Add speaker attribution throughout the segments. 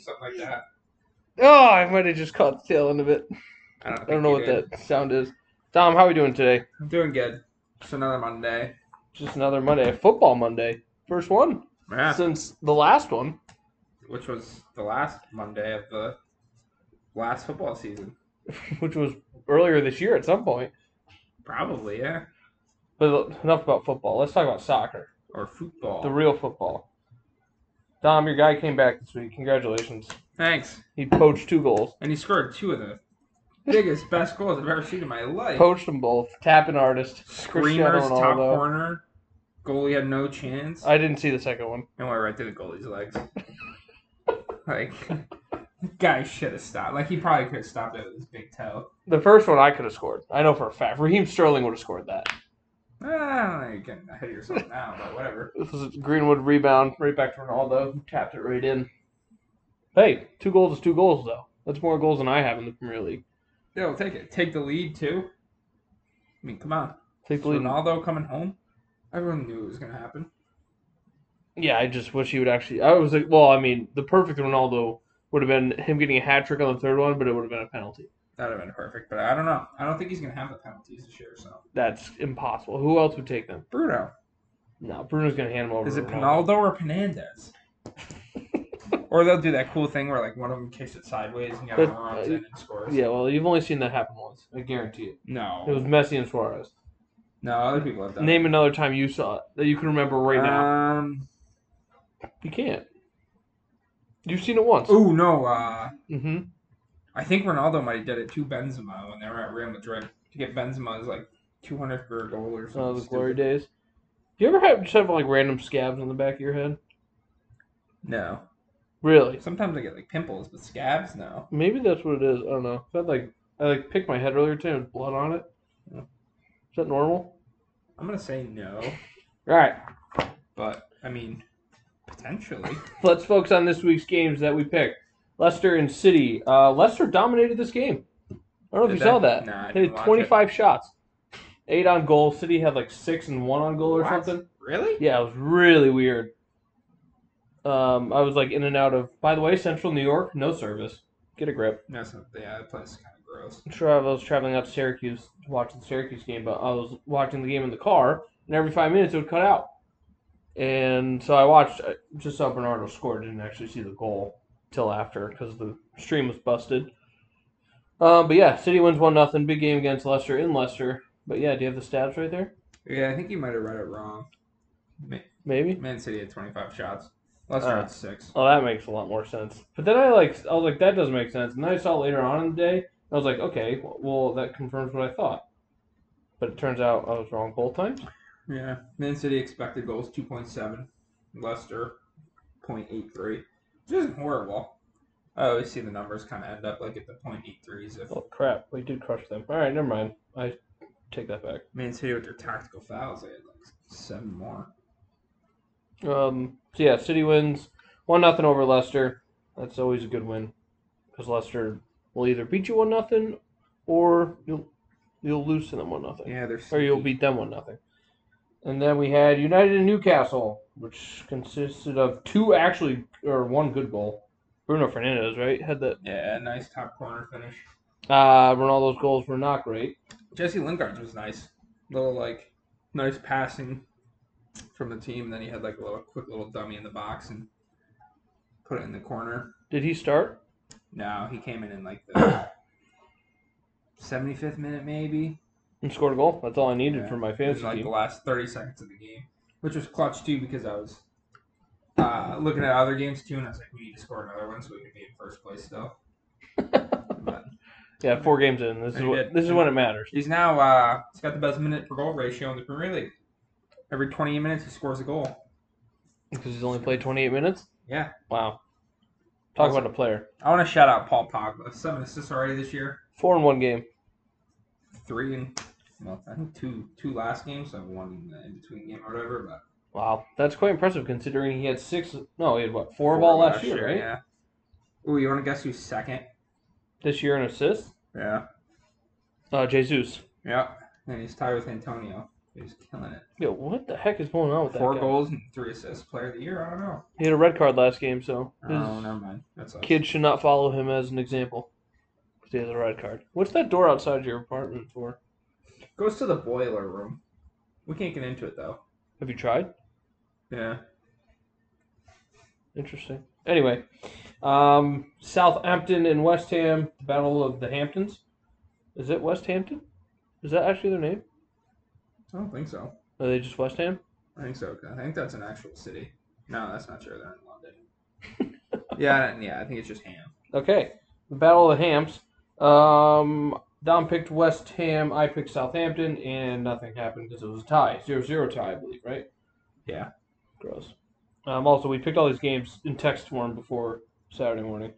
Speaker 1: something like that.
Speaker 2: Oh, I might have just caught the tail end of it.
Speaker 1: I don't,
Speaker 2: I don't know what that sound is. Dom, how are we doing today?
Speaker 1: I'm doing good. It's another Monday.
Speaker 2: Just another Monday, football Monday. First one since the last one.
Speaker 1: Which was the last Monday of the last football season.
Speaker 2: which was earlier this year at some point.
Speaker 1: Probably, yeah.
Speaker 2: But enough about football. Let's talk about soccer,
Speaker 1: Or football.
Speaker 2: the real football. Dom, your guy came back this week. Congratulations.
Speaker 1: Thanks.
Speaker 2: He poached two goals.
Speaker 1: And he scored two of the biggest, best goals I've ever seen in my life.
Speaker 2: Poached them both. Tapping artist. Cristiano
Speaker 1: Screamers, top
Speaker 2: Ronaldo.
Speaker 1: corner. Goalie had no chance.
Speaker 2: I didn't see the second one.
Speaker 1: and went right through the goalie's legs. like, guy should have stopped. Like, he probably could have stopped it with his big toe.
Speaker 2: The first one I could have scored. I know for a fact. Raheem Sterling would have scored that.
Speaker 1: Ah, you can hit yourself now, but whatever.
Speaker 2: This was a Greenwood rebound right back to Ronaldo. who Tapped it right in. Hey, two goals is two goals, though. That's more goals than I have in the Premier League.
Speaker 1: Yeah, we'll take it. Take the lead, too. I mean, come on.
Speaker 2: Take the lead.
Speaker 1: Ronaldo coming home. Everyone knew it was going to happen.
Speaker 2: Yeah, I just wish he would actually. I was like, well, I mean, the perfect Ronaldo would have been him getting a hat trick on the third one, but it would have been a penalty.
Speaker 1: That would have been perfect, but I don't know. I don't think he's going to have the penalties this year, so.
Speaker 2: That's impossible. Who else would take them?
Speaker 1: Bruno.
Speaker 2: No, Bruno's gonna hand him over.
Speaker 1: Is
Speaker 2: to
Speaker 1: it
Speaker 2: Oh, Ronaldo.
Speaker 1: Pinaldo or Penandes? or they'll do that cool thing where, like, one of them kicks it sideways and the other
Speaker 2: But,
Speaker 1: one runs
Speaker 2: uh,
Speaker 1: in and scores.
Speaker 2: Yeah, well, you've only seen that happen once. I guarantee it.
Speaker 1: No.
Speaker 2: It was Messi and Suarez.
Speaker 1: no, other people have done it.
Speaker 2: Name another time you saw it that you can remember right now.
Speaker 1: Um,
Speaker 2: You can't. You've seen it once.
Speaker 1: oh no, uh,
Speaker 2: hmm
Speaker 1: I think Ronaldo might have did it to Benzema when they were at Real Madrid to get Benzema's like 200th career goal or something.
Speaker 2: Oh, the
Speaker 1: stupid.
Speaker 2: glory days. You ever have just have like random scabs on the back of your head?
Speaker 1: No,
Speaker 2: Really?
Speaker 1: sometimes I get like pimples, but scabs, no.
Speaker 2: Maybe that's what it is. I don't know. I had like I like picked my head earlier today with blood on it.
Speaker 1: Yeah.
Speaker 2: Is that normal?
Speaker 1: I'm gonna say no,
Speaker 2: All right.
Speaker 1: but I mean, potentially.
Speaker 2: Let's focus on this week's games that we picked. Leicester and City. Uh, Leicester dominated this game. I don't know if
Speaker 1: Did
Speaker 2: you saw
Speaker 1: they?
Speaker 2: that.
Speaker 1: Nah, I
Speaker 2: they
Speaker 1: didn't
Speaker 2: had
Speaker 1: watch it.
Speaker 2: 25 shots, eight on goal. City had like six and one on goal or
Speaker 1: What?
Speaker 2: something.
Speaker 1: Really?
Speaker 2: Yeah, it was really weird. Um, I was like in and out of. By the way, Central New York, no service. Get a grip.
Speaker 1: No, it's not- yeah, that place is kind of gross.
Speaker 2: I'm sure I was traveling out to Syracuse to watch the Syracuse game, but I was watching the game in the car, and every five minutes it would cut out. And so I watched, I just saw Bernardo score, didn't actually see the goal till after because the stream was busted. Um, but yeah, City wins 1 nothing. Big game against Leicester in Leicester. But yeah, do you have the stats right there?
Speaker 1: Yeah, I think you might have read it wrong. Ma-
Speaker 2: Maybe.
Speaker 1: Man City had 25 shots. Leicester
Speaker 2: Uh.
Speaker 1: had six.
Speaker 2: Oh, that makes a lot more sense. But then I like, I was like, that doesn't make sense. And then I saw it later on in the day, I was like, okay, well, that confirms what I thought. But it turns out I was wrong both times.
Speaker 1: Yeah, Man City expected goals 2.7, Leicester 0.83, which isn't horrible. I always see the numbers kind of end up like at the 0.83s if
Speaker 2: Oh crap! We did crush them. All right, never mind. I take that back.
Speaker 1: Man City with their tactical fouls, they had like seven more.
Speaker 2: Um. So yeah, City wins one nothing over Leicester. That's always a good win because Leicester will either beat you one nothing or you'll you'll lose to them one nothing,
Speaker 1: Yeah, they're
Speaker 2: or you'll
Speaker 1: sneaky.
Speaker 2: beat them one nothing. And then we had United and Newcastle, which consisted of two actually or one good goal. Bruno Fernandez, right, had that.
Speaker 1: Yeah, nice top corner finish.
Speaker 2: Uh, Ronaldo's goals were not great.
Speaker 1: Jesse Lingard was nice. Little like nice passing from the team, and then he had like a little quick little dummy in the box and put it in the corner.
Speaker 2: Did he start?
Speaker 1: No, he came in in like the 75th minute maybe.
Speaker 2: And scored a goal. That's all I needed
Speaker 1: Yeah.
Speaker 2: for my
Speaker 1: in
Speaker 2: fantasy
Speaker 1: like
Speaker 2: team.
Speaker 1: the last 30 seconds of the game, which was clutch too because I was uh, looking at other games too, and I was like, we need to score another one so we can be in first place still. but
Speaker 2: Yeah, four games in. This is
Speaker 1: Very
Speaker 2: what
Speaker 1: good.
Speaker 2: this is when it matters.
Speaker 1: he's now uh, he's got the best minute per goal ratio in the Premier League. Every 28 minutes, he scores a goal.
Speaker 2: Because he's only played twenty eight minutes?
Speaker 1: Yeah,
Speaker 2: Wow. Talk
Speaker 1: Awesome.
Speaker 2: about a player.
Speaker 1: I want to shout out Paul Pogba. Seven assists already this year.
Speaker 2: Four in one game.
Speaker 1: Three and well, I think two two last games, so one in between game or whatever. But
Speaker 2: Wow. That's quite impressive considering he had six no, he had what, four, ball last year, right?
Speaker 1: Yeah. Ooh, you want to guess who's second?
Speaker 2: This year in assists?
Speaker 1: Yeah.
Speaker 2: Uh Jesus.
Speaker 1: Yep. And he's tied with Antonio. He's killing it.
Speaker 2: Yo, what the heck is going on with that
Speaker 1: Four
Speaker 2: guy?
Speaker 1: goals and three assists. Player of the year. I don't know.
Speaker 2: He had a red card last game, so his
Speaker 1: Oh, never mind. That's us.
Speaker 2: kid should not follow him as an example. 'Cause He has a red card. What's that door outside your apartment for?
Speaker 1: Goes to the boiler room. We can't get into it though.
Speaker 2: Have you tried?
Speaker 1: Yeah.
Speaker 2: Interesting. Anyway, um, Southampton and West Ham, the Battle of the Hamptons. Is it West Hampton? Is that actually their name?
Speaker 1: I don't think so.
Speaker 2: Are they just West Ham?
Speaker 1: I think so. 'cause I think that's an actual city. No, that's not true. They're in London. yeah, I don't- yeah. I think it's just Ham.
Speaker 2: Okay, the Battle of the Hams. Um, Dom picked West Ham, I picked Southampton, and nothing happened because it was a tie. 0 0 tie, I believe, right?
Speaker 1: Yeah.
Speaker 2: Gross. Um, also, we picked all these games in text form before Saturday morning.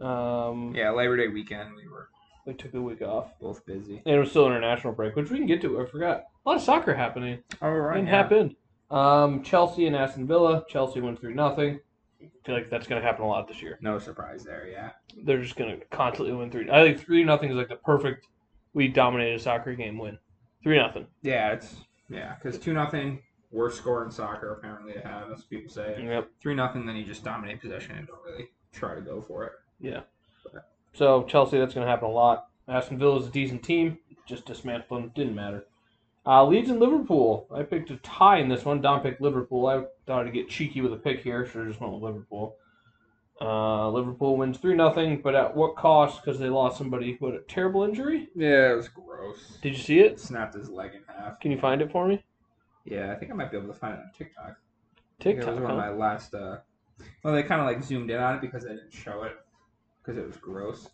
Speaker 2: Um,
Speaker 1: Yeah, Labor Day weekend we were
Speaker 2: We took a week off.
Speaker 1: both busy.
Speaker 2: And it was still international break, which we can get to. I forgot. A lot of soccer happening.
Speaker 1: All right.
Speaker 2: It
Speaker 1: yeah.
Speaker 2: happened. Um, Chelsea and Aston Villa. Chelsea went through nothing. I feel like that's going to happen a lot this year.
Speaker 1: No surprise there. Yeah.
Speaker 2: They're just going to constantly win three. I think three nothing is like the perfect. We dominated a soccer game. Win three nothing.
Speaker 1: Yeah, it's yeah, because two nothing worst score in soccer apparently to have, as people say.
Speaker 2: Yep.
Speaker 1: Three nothing, then you just dominate possession and don't really try to go for it.
Speaker 2: Yeah. So Chelsea, that's going to happen a lot. Aston Villa is a decent team. Just dismantled them. Didn't matter. Uh, Leeds and Liverpool. I picked a tie in this one. Don picked Liverpool. I thought I'd get cheeky with a pick here, so I just went with Liverpool. Uh, Liverpool wins three nothing, but at what cost? Because they lost somebody who had a terrible injury.
Speaker 1: Yeah, it was gross.
Speaker 2: Did you see it?
Speaker 1: Snapped his leg in half.
Speaker 2: Can you find it for me?
Speaker 1: Yeah, I think I might be able to find it on TikTok. I think
Speaker 2: TikTok.
Speaker 1: It was one of
Speaker 2: Huh?
Speaker 1: my last. Uh, well, they kind of like zoomed in on it because they didn't show it because it was gross.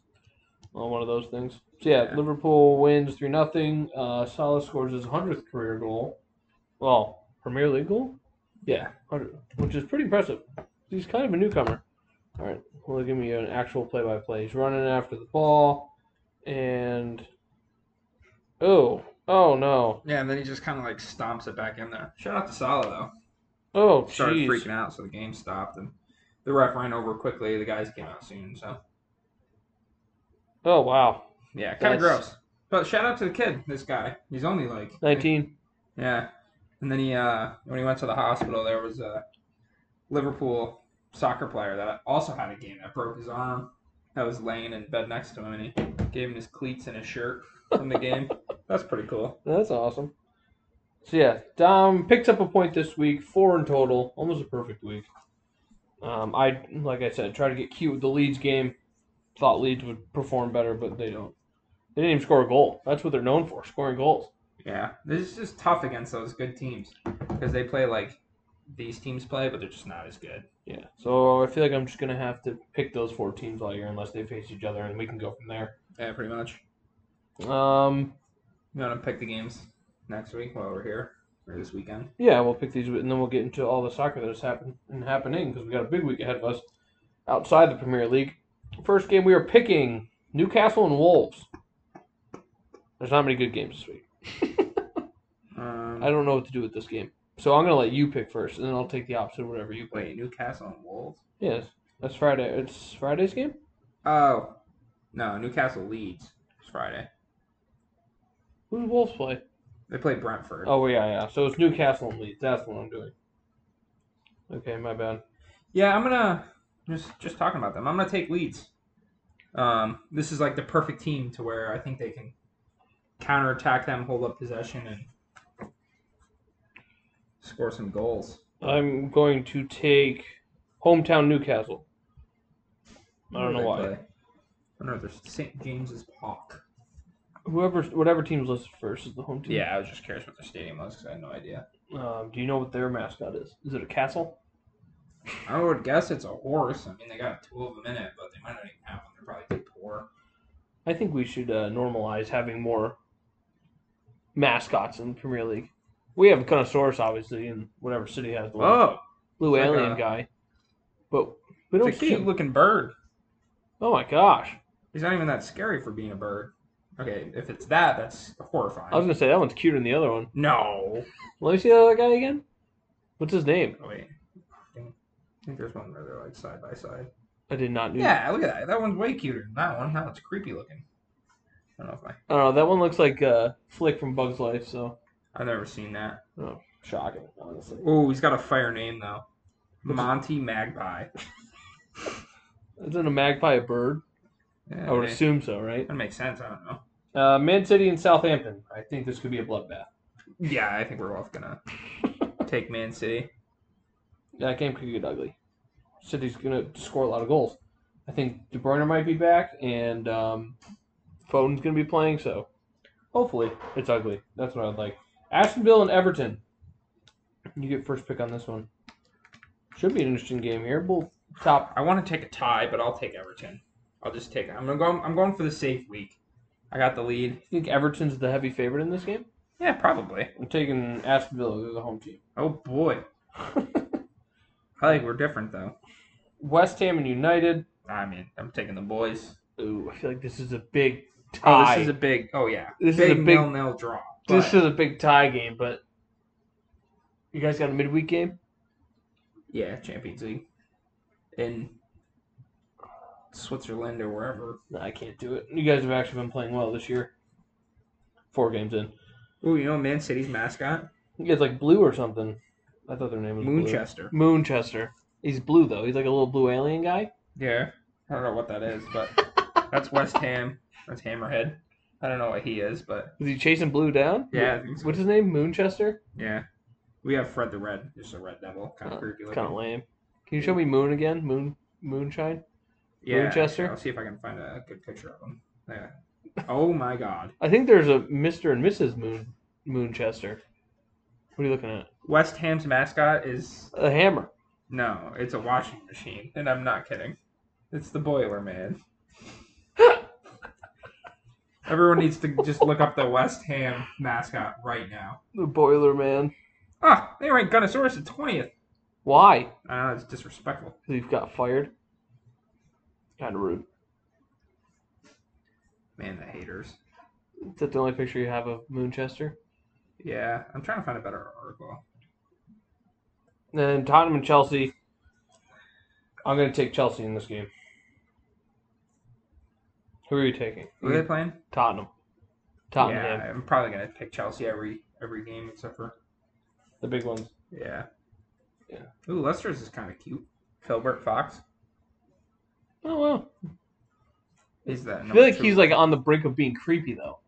Speaker 2: Well, one of those things. So yeah,
Speaker 1: Yeah.
Speaker 2: Liverpool wins three nothing. Uh, Salah scores his hundredth career goal. Well, Premier League goal. Yeah, 100, which is pretty impressive. He's kind of a newcomer. All right, well, give me an actual play-by-play. He's running after the ball, and oh, oh no,
Speaker 1: Yeah, and then he just kind of like stomps it back in there. Shout out to Salah though.
Speaker 2: oh
Speaker 1: Started
Speaker 2: jeez.
Speaker 1: freaking out, so the game stopped, and the ref ran over quickly. The guys came out soon, so
Speaker 2: Oh wow,
Speaker 1: yeah, kind of
Speaker 2: That's-
Speaker 1: gross. But shout out to the kid, this guy. He's only like
Speaker 2: nineteen.
Speaker 1: Yeah, and then he uh when he went to the hospital, there was a Liverpool soccer player that also had a game that broke his arm. That was laying in bed next to him, and he gave him his cleats and his shirt from the game. That's pretty cool.
Speaker 2: That's awesome. So yeah, Dom picked up a point this week, four in total, almost a perfect week. Um, I like I said, try to get cute with the Leeds game. Thought Leeds would perform better, but they don't. They didn't even score a goal. That's what they're known for, scoring goals.
Speaker 1: Yeah, this is just tough against those good teams because they play like these teams play, but they're just not as good.
Speaker 2: Yeah. So I feel like I'm just gonna have to pick those four teams all year unless they face each other, and we can go from there.
Speaker 1: Yeah, pretty much.
Speaker 2: Um,
Speaker 1: You want to pick the games next week while we're here or this weekend?
Speaker 2: Yeah, we'll pick these, and then we'll get into all the soccer that has happened and happening because we got a big week ahead of us outside the Premier League. First game we are picking Newcastle and Wolves. There's not many good games this week.
Speaker 1: Um,
Speaker 2: I don't know what to do with this game, so I'm gonna let you pick first, and then I'll take the opposite of whatever you pick.
Speaker 1: wait, Newcastle and Wolves.
Speaker 2: Yes, that's Friday. It's Friday's game.
Speaker 1: Oh, no, Newcastle leads. It's Friday.
Speaker 2: Who do Wolves play?
Speaker 1: They play Brentford.
Speaker 2: Oh yeah, yeah. So it's Newcastle and Leeds. That's what I'm doing. Okay, my bad.
Speaker 1: Yeah, I'm gonna just just talking about them. I'm gonna take leads. Um, this is like the perfect team to where I think they can counterattack them, hold up possession, and score some goals.
Speaker 2: I'm going to take hometown Newcastle. I don't know why.
Speaker 1: They play. I don't know. There's St. James's Park.
Speaker 2: Whoever, whatever team's listed first is the home team.
Speaker 1: Yeah, I was just curious what their stadium was because I had no idea.
Speaker 2: Um, do you know what their mascot is? Is it a castle?
Speaker 1: I would guess it's a horse. I mean, they got two of them in it, but they might not even have one. They're probably too poor.
Speaker 2: I think we should uh, normalize having more mascots in the Premier League. We have a connoisseurs, obviously, in whatever city has the one.
Speaker 1: Oh,
Speaker 2: blue
Speaker 1: it's like
Speaker 2: alien
Speaker 1: a-
Speaker 2: guy, but we don't
Speaker 1: it's a
Speaker 2: see him.
Speaker 1: cute-looking bird.
Speaker 2: Oh my gosh!
Speaker 1: He's not even that scary for being a bird. Okay, if it's that, that's horrifying.
Speaker 2: I was gonna say that one's cuter than the other one.
Speaker 1: No.
Speaker 2: Let me see that other guy again. What's his name?
Speaker 1: Oh, wait. I think, I think there's one where they're like side by side.
Speaker 2: I did not do.
Speaker 1: Yeah, look at that. That one's way cuter than that one. That one's creepy looking. I don't know if
Speaker 2: I don't know. That one looks like uh, Flick from Bugs Life. So Oh,
Speaker 1: I've never seen that.
Speaker 2: Shocking, honestly.
Speaker 1: Oh, he's got a fire name though.
Speaker 2: What's-
Speaker 1: Monty Magpie.
Speaker 2: Isn't a magpie a bird?
Speaker 1: Yeah,
Speaker 2: I would
Speaker 1: okay.
Speaker 2: assume so, right?
Speaker 1: That makes sense. I don't know.
Speaker 2: Uh, Man City and Southampton. I think this could be a bloodbath.
Speaker 1: Yeah, I think we're both gonna take Man City.
Speaker 2: That game could get ugly. City's going to score a lot of goals. I think De Bruyne might be back, and um, Foden's going to be playing, so hopefully it's ugly. That's what I'd like. Aston Villa and Everton. You get first pick on this one. Should be an interesting game here. Both top.
Speaker 1: I want to take a tie, but I'll take Everton. I'll just take. I'm gonna go. I'm going for the safe week. I got the lead.
Speaker 2: You think Everton's the heavy favorite in this game?
Speaker 1: Yeah, probably.
Speaker 2: I'm taking Aston Villa. They're the home team.
Speaker 1: Oh boy. I think we're different though.
Speaker 2: West Ham and United.
Speaker 1: I mean, I'm taking the boys.
Speaker 2: Ooh, I feel like this is a big
Speaker 1: Oh,
Speaker 2: tie.
Speaker 1: this is a big. Oh yeah,
Speaker 2: This is a
Speaker 1: big,
Speaker 2: big-
Speaker 1: nil-nil draw. But
Speaker 2: this is a big tie game, but you guys got a midweek game?
Speaker 1: yeah, Champions League in Switzerland or wherever.
Speaker 2: No, I can't do it. You guys have actually been playing well this year. Four games in.
Speaker 1: Oh, you know Man City's mascot,
Speaker 2: You guys like blue or something. I thought their name was
Speaker 1: Moonchester.
Speaker 2: Blue. Moonchester. He's blue though. He's like a little blue alien guy.
Speaker 1: Yeah, I don't know what that is, but that's West Ham. That's Hammerhead. I don't know what he is, but
Speaker 2: Is he chasing blue down?
Speaker 1: yeah, I think so.
Speaker 2: What's his name? Moonchester?
Speaker 1: yeah. We have Fred the Red, just a red devil, kind
Speaker 2: Oh,
Speaker 1: of creepy
Speaker 2: It's
Speaker 1: looking.
Speaker 2: kind of lame. Can you show me Moon again? Moon Moonshine?
Speaker 1: yeah,
Speaker 2: Moonchester?
Speaker 1: I'll see if I can find a good picture of him. Yeah. Oh my God.
Speaker 2: I think there's a Mr. and Mrs. Moon Moonchester. What are you looking at?
Speaker 1: West Ham's mascot is
Speaker 2: A hammer.
Speaker 1: no, it's a washing machine, and I'm not kidding. It's the boiler man. Everyone needs to just look up the West Ham mascot right now.
Speaker 2: The boiler man.
Speaker 1: Ah, they ranked Gunnosaurus at twentieth.
Speaker 2: Why?
Speaker 1: I know it's disrespectful.
Speaker 2: Because you've got fired. Kind of rude.
Speaker 1: Man, the haters.
Speaker 2: Is that the only picture you have of Moonchester?
Speaker 1: Yeah, I'm trying to find a better article.
Speaker 2: And then Tottenham and Chelsea. I'm going to take Chelsea in this game. Who are you taking?
Speaker 1: Who are they playing?
Speaker 2: Tottenham. Tottenham.
Speaker 1: yeah, I'm probably gonna pick Chelsea every every game except for
Speaker 2: The big ones.
Speaker 1: yeah.
Speaker 2: Yeah.
Speaker 1: Ooh, Leicester's is kind of cute. Filbert Fox
Speaker 2: Oh, well.
Speaker 1: is that.
Speaker 2: I feel like he's like on the brink of being creepy, though.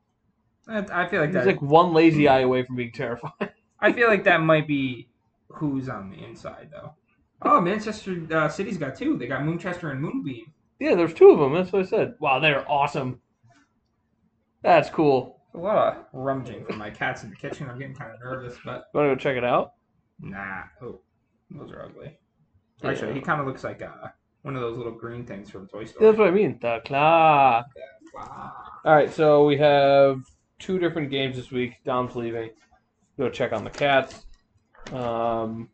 Speaker 1: I I feel like
Speaker 2: He's
Speaker 1: that. Mm.
Speaker 2: like one lazy eye away from being terrifying.
Speaker 1: I feel like that might be who's on the inside though. Oh, Manchester uh, City's got two. They got Moonchester and Moonbeam.
Speaker 2: Yeah, there's two of them. That's what I said. Wow, they're awesome. That's cool.
Speaker 1: A lot of rummaging from my cats in the kitchen. I'm getting kind of nervous, but
Speaker 2: You want to go check it out?
Speaker 1: nah. Oh, those are ugly. Actually,
Speaker 2: Yeah.
Speaker 1: he kind of looks like uh, one of those little green things from Toy Story.
Speaker 2: That's what I mean. The claw.
Speaker 1: Wow.
Speaker 2: All right, so we have two different games this week. Dom's leaving. Go check on the cats. Um,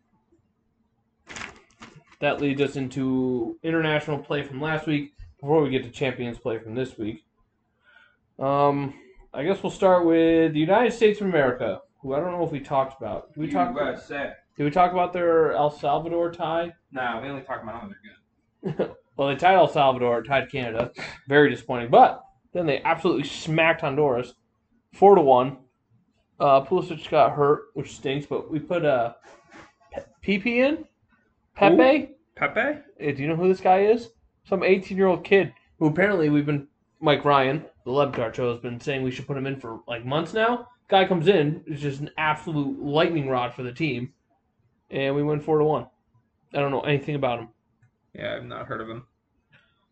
Speaker 2: that leads us into international play from last week. Before we get to champions play from this week, um, I guess we'll start with the United States of America, who I don't know if we talked about. Did we talk about?
Speaker 1: set.
Speaker 2: Did we talk about their El Salvador tie?
Speaker 1: No, we only talk about them. when They're
Speaker 2: Well, they tied El Salvador, tied Canada. Very disappointing. But then they absolutely smacked Honduras, four to one. Uh, Pulisic got hurt, which stinks. But we put uh, Pe- PP in. Pepe.
Speaker 1: good. Pepe.
Speaker 2: Eh, Do you know who this guy is? Some 18-year-old kid who apparently we've been Mike Ryan, the Lebtar show, has been saying we should put him in for like months now. Guy comes in, is just an absolute lightning rod for the team, and we win four to one. I don't know anything about him.
Speaker 1: Yeah, I've not heard of him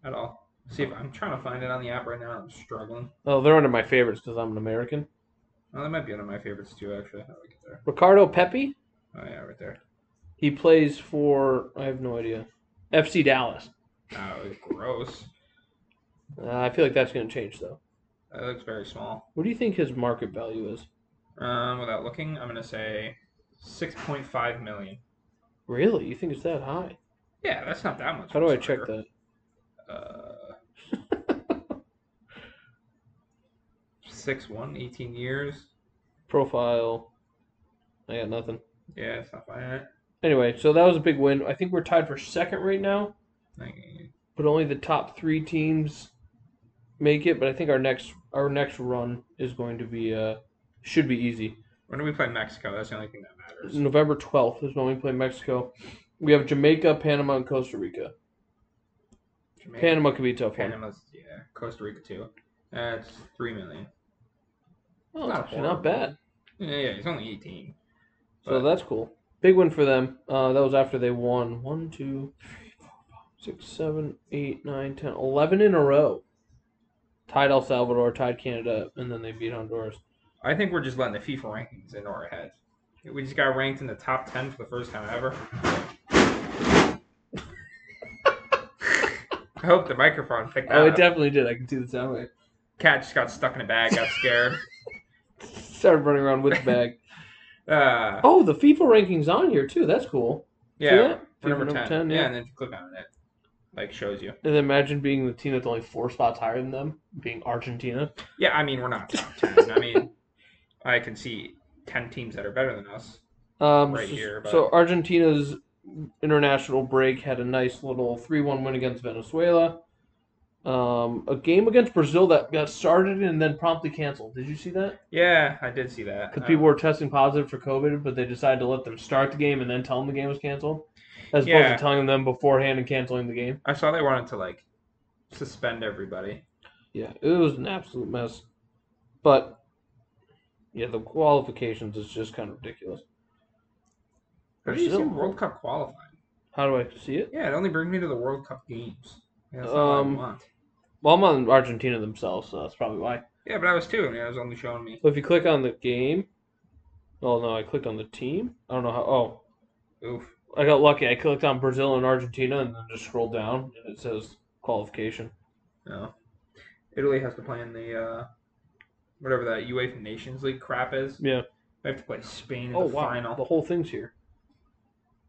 Speaker 1: at all. See if I'm trying to find it on the app right now. I'm struggling.
Speaker 2: Oh, they're under my favorites because I'm an American.
Speaker 1: Oh, that might be one of my favorites too. Actually, how do I get there?
Speaker 2: Ricardo Pepi,
Speaker 1: Oh yeah, right there.
Speaker 2: he plays for I have no idea. FC Dallas.
Speaker 1: Oh, it's gross.
Speaker 2: Uh, I feel like that's going to change though.
Speaker 1: That looks very small.
Speaker 2: What do you think his market value is?
Speaker 1: Um, without looking, I'm gonna say 6.5 million.
Speaker 2: Really? You think it's that high?
Speaker 1: Yeah, that's not that much.
Speaker 2: How do I check that?
Speaker 1: that? Uh, six one, 18 years.
Speaker 2: Profile. I got nothing.
Speaker 1: Yeah, it's not bad.
Speaker 2: Anyway, so that was a big win. I think we're tied for second right now,
Speaker 1: Like,
Speaker 2: but only the top 3 teams make it, but I think our next our next run is going to be uh should be easy.
Speaker 1: When do we play Mexico? That's the only thing that matters.
Speaker 2: November 12th is when we play Mexico. We have Jamaica, Panama, and Costa Rica.
Speaker 1: Jamaica,
Speaker 2: Panama could be a tough one.
Speaker 1: Panama's yeah. Costa Rica too. That's three million.
Speaker 2: Oh,
Speaker 1: Not
Speaker 2: that's actually not
Speaker 1: horrible.
Speaker 2: bad.
Speaker 1: Yeah, yeah. He's only eighteen.
Speaker 2: So
Speaker 1: But-
Speaker 2: that's cool. Big win for them. Uh, that was after they won one, two, three, four, five, six, seven, eight, nine, ten, eleven in a row. Tied El Salvador, tied Canada, and then they beat Honduras.
Speaker 1: I think we're just letting the FIFA rankings into our heads. We just got ranked in the top ten for the first time ever. I hope the microphone picked that
Speaker 2: Oh, it
Speaker 1: up.
Speaker 2: definitely did. I can see the sound wave.
Speaker 1: Cat just got stuck in a bag, got scared.
Speaker 2: Started running around with the bag.
Speaker 1: Uh,
Speaker 2: Oh, the FIFA rankings on here too. That's cool.
Speaker 1: yeah,
Speaker 2: that?
Speaker 1: we're number,
Speaker 2: Number
Speaker 1: 10.
Speaker 2: 10,
Speaker 1: yeah.
Speaker 2: yeah.
Speaker 1: and then if you click on it, it like shows you.
Speaker 2: And then imagine being the team that's only four spots higher than them, being Argentina.
Speaker 1: Yeah, I mean we're not top ten. I mean, I can see ten teams that are better than us.
Speaker 2: Um,
Speaker 1: Right
Speaker 2: so,
Speaker 1: here, but-
Speaker 2: so Argentina's international break had a nice little three-one win against Venezuela. Um, a game against Brazil that got started and then promptly canceled. Did you see that?
Speaker 1: Yeah, I did see that.
Speaker 2: Because
Speaker 1: Uh,
Speaker 2: people were testing positive for COVID, but they decided to let them start the game and then tell them the game was canceled, as
Speaker 1: Yeah.
Speaker 2: opposed to telling them beforehand and canceling the game.
Speaker 1: I saw they wanted to like suspend everybody.
Speaker 2: Yeah, it was an absolute mess. But yeah, the qualifications is just kind of ridiculous.
Speaker 1: How do you see
Speaker 2: Brazil?
Speaker 1: World Cup qualifying?
Speaker 2: How do I see it?
Speaker 1: Yeah, it only brings me to the World Cup games. Yeah, That's not
Speaker 2: Um,
Speaker 1: what I want.
Speaker 2: Well, I'm on Argentina themselves, so that's probably why.
Speaker 1: Yeah, but I was too. I mean, it was only showing me.
Speaker 2: So if you click on the game, oh no, I clicked on the team. I don't know how. Oh,
Speaker 1: Oof.
Speaker 2: I got lucky. I clicked on Brazil and Argentina, and then just scrolled down, and it says qualification.
Speaker 1: No. Italy has to play in the uh, whatever that UEFA Nations League crap is.
Speaker 2: Yeah.
Speaker 1: They have to play Spain in
Speaker 2: Oh
Speaker 1: the
Speaker 2: wow,
Speaker 1: final.
Speaker 2: the whole thing's here.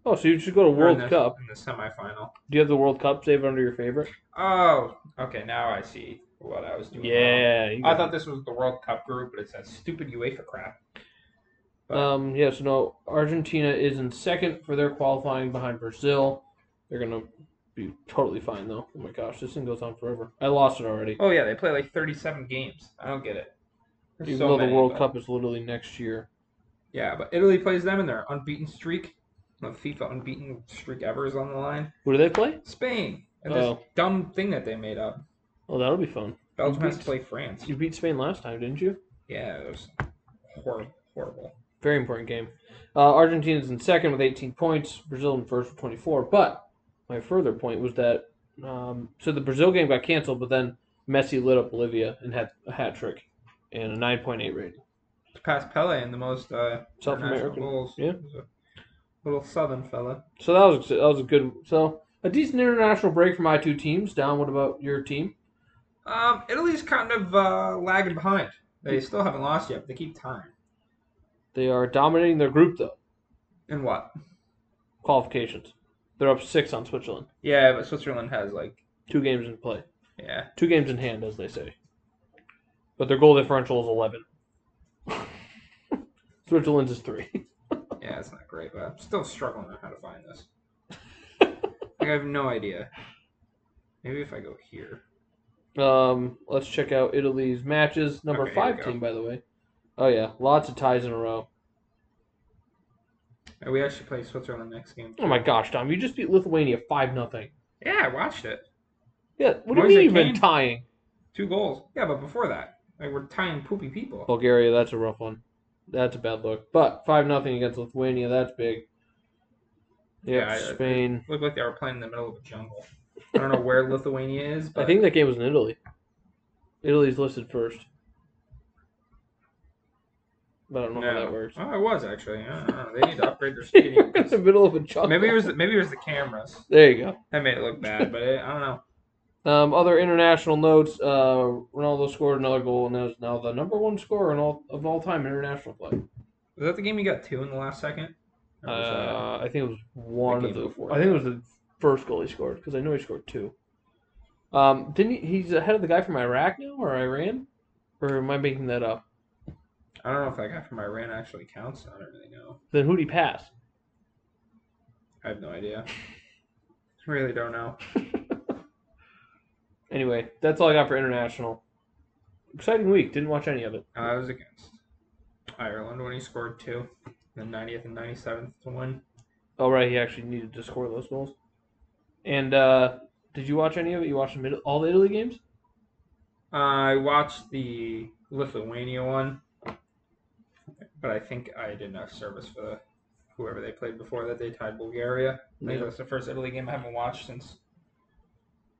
Speaker 2: Oh, so you should go to
Speaker 1: Or in
Speaker 2: World
Speaker 1: the-
Speaker 2: Cup.
Speaker 1: in the semifinal.
Speaker 2: Do you have the World Cup saved under your favorite?
Speaker 1: Oh, okay. Now I see what I was doing. wrong.
Speaker 2: Yeah, you
Speaker 1: I
Speaker 2: got it.
Speaker 1: thought this was the World Cup group, but it's that stupid UEFA crap. But-
Speaker 2: Um, yes, no. Argentina is in second for their qualifying behind Brazil. They're gonna be totally fine though. Oh my gosh, this thing goes on forever. I lost it already.
Speaker 1: Oh yeah, they play like 37 games. I don't get it. There's
Speaker 2: Even
Speaker 1: so
Speaker 2: though
Speaker 1: many,
Speaker 2: the World
Speaker 1: but-
Speaker 2: Cup is literally next year.
Speaker 1: Yeah, but Italy plays them in their unbeaten streak. The FIFA unbeaten streak ever is on the line.
Speaker 2: Who do they play?
Speaker 1: Spain and this
Speaker 2: Oh.
Speaker 1: dumb thing that they made up.
Speaker 2: Oh, that'll be fun.
Speaker 1: Belgium has to
Speaker 2: Unbeaten.
Speaker 1: play France.
Speaker 2: You beat Spain last time, didn't you?
Speaker 1: Yeah, it was horrible. Horrible.
Speaker 2: Very important game. Uh, Argentina's in second with 18 points. Brazil in first with 24. But my further point was that um, so the Brazil game got canceled, but then Messi lit up Bolivia and had a hat trick and a 9.8 rating.
Speaker 1: To pass Pele in the most uh,
Speaker 2: South
Speaker 1: international
Speaker 2: American.
Speaker 1: goals.
Speaker 2: yeah.
Speaker 1: He's a little southern fella.
Speaker 2: So that was that was a good so a decent international break for my two teams. Down. What about your team?
Speaker 1: Um, Italy's kind of uh, lagging behind. They
Speaker 2: Hmm.
Speaker 1: still haven't lost yet, but they keep tying.
Speaker 2: They are dominating their group though.
Speaker 1: And what?
Speaker 2: Qualifications. They're up six on Switzerland.
Speaker 1: Yeah, but Switzerland has like
Speaker 2: Two games in play.
Speaker 1: yeah.
Speaker 2: Two games in hand, as they say. But their goal differential is eleven. Switzerland's is three.
Speaker 1: Yeah, it's not great, but I'm still struggling on how to find this. like I have no idea. Maybe if I go here.
Speaker 2: Um, let's check out Italy's matches. Number
Speaker 1: Okay, here we
Speaker 2: five
Speaker 1: go.
Speaker 2: team, by the way. Oh yeah, lots of ties in a row.
Speaker 1: Uh, We actually play Switzerland next game.
Speaker 2: Oh my gosh, Tom, you just beat Lithuania five nothing.
Speaker 1: Yeah, I watched it.
Speaker 2: Yeah, what do
Speaker 1: Moise
Speaker 2: you mean you've been
Speaker 1: Kean?
Speaker 2: tying?
Speaker 1: Two goals. Yeah, but before that, like we're tying poopy people.
Speaker 2: Bulgaria, that's a rough one. That's a bad look. But five nothing against Lithuania, that's big. Yep,
Speaker 1: Yeah, I-
Speaker 2: Spain.
Speaker 1: Looked like they were playing in the middle of a jungle. I don't know where Lithuania is,
Speaker 2: I
Speaker 1: but
Speaker 2: think that game was in Italy. Italy's listed first. But I don't know how
Speaker 1: No.
Speaker 2: that works.
Speaker 1: Oh, it was actually. I don't know. They need to upgrade their stadium.
Speaker 2: in the middle of a jungle.
Speaker 1: maybe it was maybe it was the cameras
Speaker 2: There you go.
Speaker 1: that made it look bad, but it, I don't know.
Speaker 2: Um, other international notes: uh, Ronaldo scored another goal and is now the number one scorer in all, of all time in international play.
Speaker 1: Was that the game you got two in the last second? Or was that-
Speaker 2: Uh, I think it was one
Speaker 1: The
Speaker 2: of
Speaker 1: game
Speaker 2: the.
Speaker 1: before
Speaker 2: I think it was the first goal he scored because I know he scored two. Um, didn't he, he's ahead of the guy from Iraq now or Iran, or am I making that up?
Speaker 1: I don't know if that guy from Iran actually counts. I don't really know.
Speaker 2: Then who'd he pass?
Speaker 1: I have no idea. really don't know.
Speaker 2: Anyway, that's all I got for international. Exciting week. Didn't watch any of it.
Speaker 1: I was Uh, against. Ireland when he scored two, the 90th and 97th to win.
Speaker 2: Oh right, he actually needed to score those goals. And uh, did you watch any of it? You watched the middle, all the Italy games?
Speaker 1: I watched the Lithuania one, but I think I did enough service for the, whoever they played before that. They tied Bulgaria. I think
Speaker 2: Yeah.
Speaker 1: that's the first Italy game I haven't watched since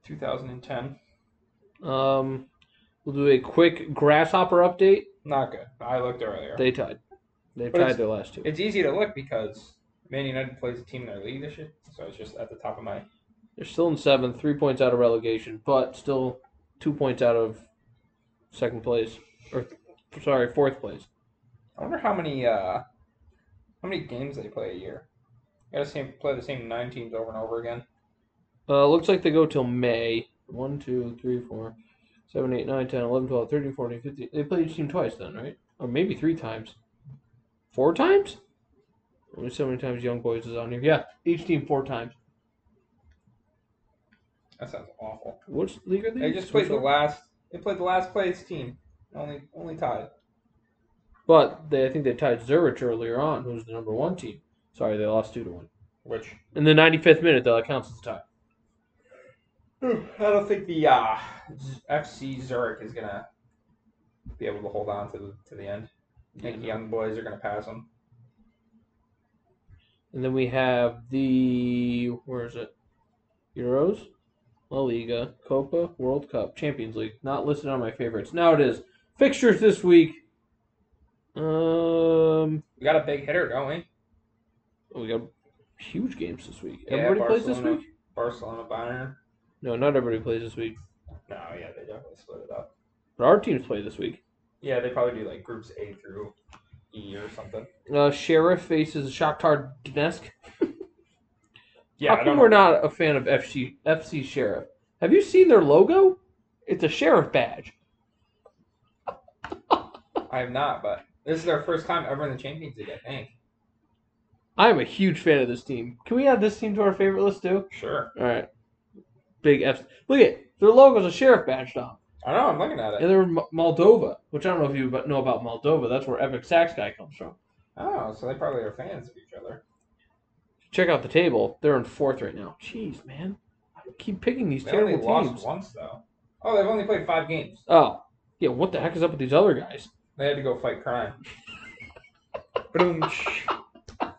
Speaker 1: 2010.
Speaker 2: Um, we'll do a quick grasshopper update.
Speaker 1: Not good. I looked earlier.
Speaker 2: They tied. They
Speaker 1: But
Speaker 2: tied
Speaker 1: it's-
Speaker 2: their last two.
Speaker 1: it's easy to look because Man United plays a team in their league this year, so it's just at the top of my.
Speaker 2: They're still in seventh, three points out of relegation, but still two points out of second place, or sorry, fourth place.
Speaker 1: I wonder how many uh, how many games they play a year. You gotta same, play the same nine teams over and over again.
Speaker 2: Uh, looks like they go till May. One, two, three, four, seven, eight, nine, ten, eleven, twelve, thirteen, fourteen, fifteen. They play each team twice then, right? Or maybe three times. Four times? Only so many times Young Boys is on here. Yeah, each team four times.
Speaker 1: That sounds awful.
Speaker 2: Which league are they?
Speaker 1: They
Speaker 2: in?
Speaker 1: just played the
Speaker 2: Switzerland?
Speaker 1: last. They played the last place team. Only only tied.
Speaker 2: But they, I think they tied Zurich earlier on, who's the number one team. Sorry, they lost two to one.
Speaker 1: Which
Speaker 2: In the 95th minute, though, that counts as a tie.
Speaker 1: I don't think the uh, Z- FC Zurich is gonna be able to hold on to the, to the end. I think
Speaker 2: Yeah.
Speaker 1: young boys are gonna pass them.
Speaker 2: And then we have the where is it? Euros, La Liga, Copa, World Cup, Champions League. Not listed on my favorites. Now it is fixtures this week. Um,
Speaker 1: We got a big hitter, don't we?
Speaker 2: oh, we got huge games this week.
Speaker 1: Yeah,
Speaker 2: everybody plays this
Speaker 1: Barcelona.
Speaker 2: week?
Speaker 1: Barcelona, Bayern.
Speaker 2: No, not everybody plays this week.
Speaker 1: No, yeah, they definitely split it up.
Speaker 2: But our teams play this week.
Speaker 1: Yeah, they probably do like groups A through E or something.
Speaker 2: Uh, Sheriff faces Shakhtar Donetsk.
Speaker 1: Yeah,
Speaker 2: How come we're not a fan of FC FC Sheriff? Have you seen their logo? It's a sheriff badge.
Speaker 1: I have not, but this is our first time ever in the Champions League, I think.
Speaker 2: I'm a huge fan of this team. Can we add this team to our favorite list too?
Speaker 1: Sure.
Speaker 2: All right. Big F. Look at their logo's a sheriff badge now,
Speaker 1: I don't know. I'm looking at it.
Speaker 2: and they're M- Moldova, which I don't know if you bu- know about Moldova. That's where Epic Sax guy comes from.
Speaker 1: Oh, so they probably are fans of each other.
Speaker 2: Check out the table. They're in fourth right now. Jeez, man. I keep picking these
Speaker 1: They only
Speaker 2: terrible
Speaker 1: lost
Speaker 2: teams.
Speaker 1: once though. Oh, they've only played five games.
Speaker 2: Oh, yeah. What the heck is up with these other guys?
Speaker 1: They had to go fight crime. Ba-dum. I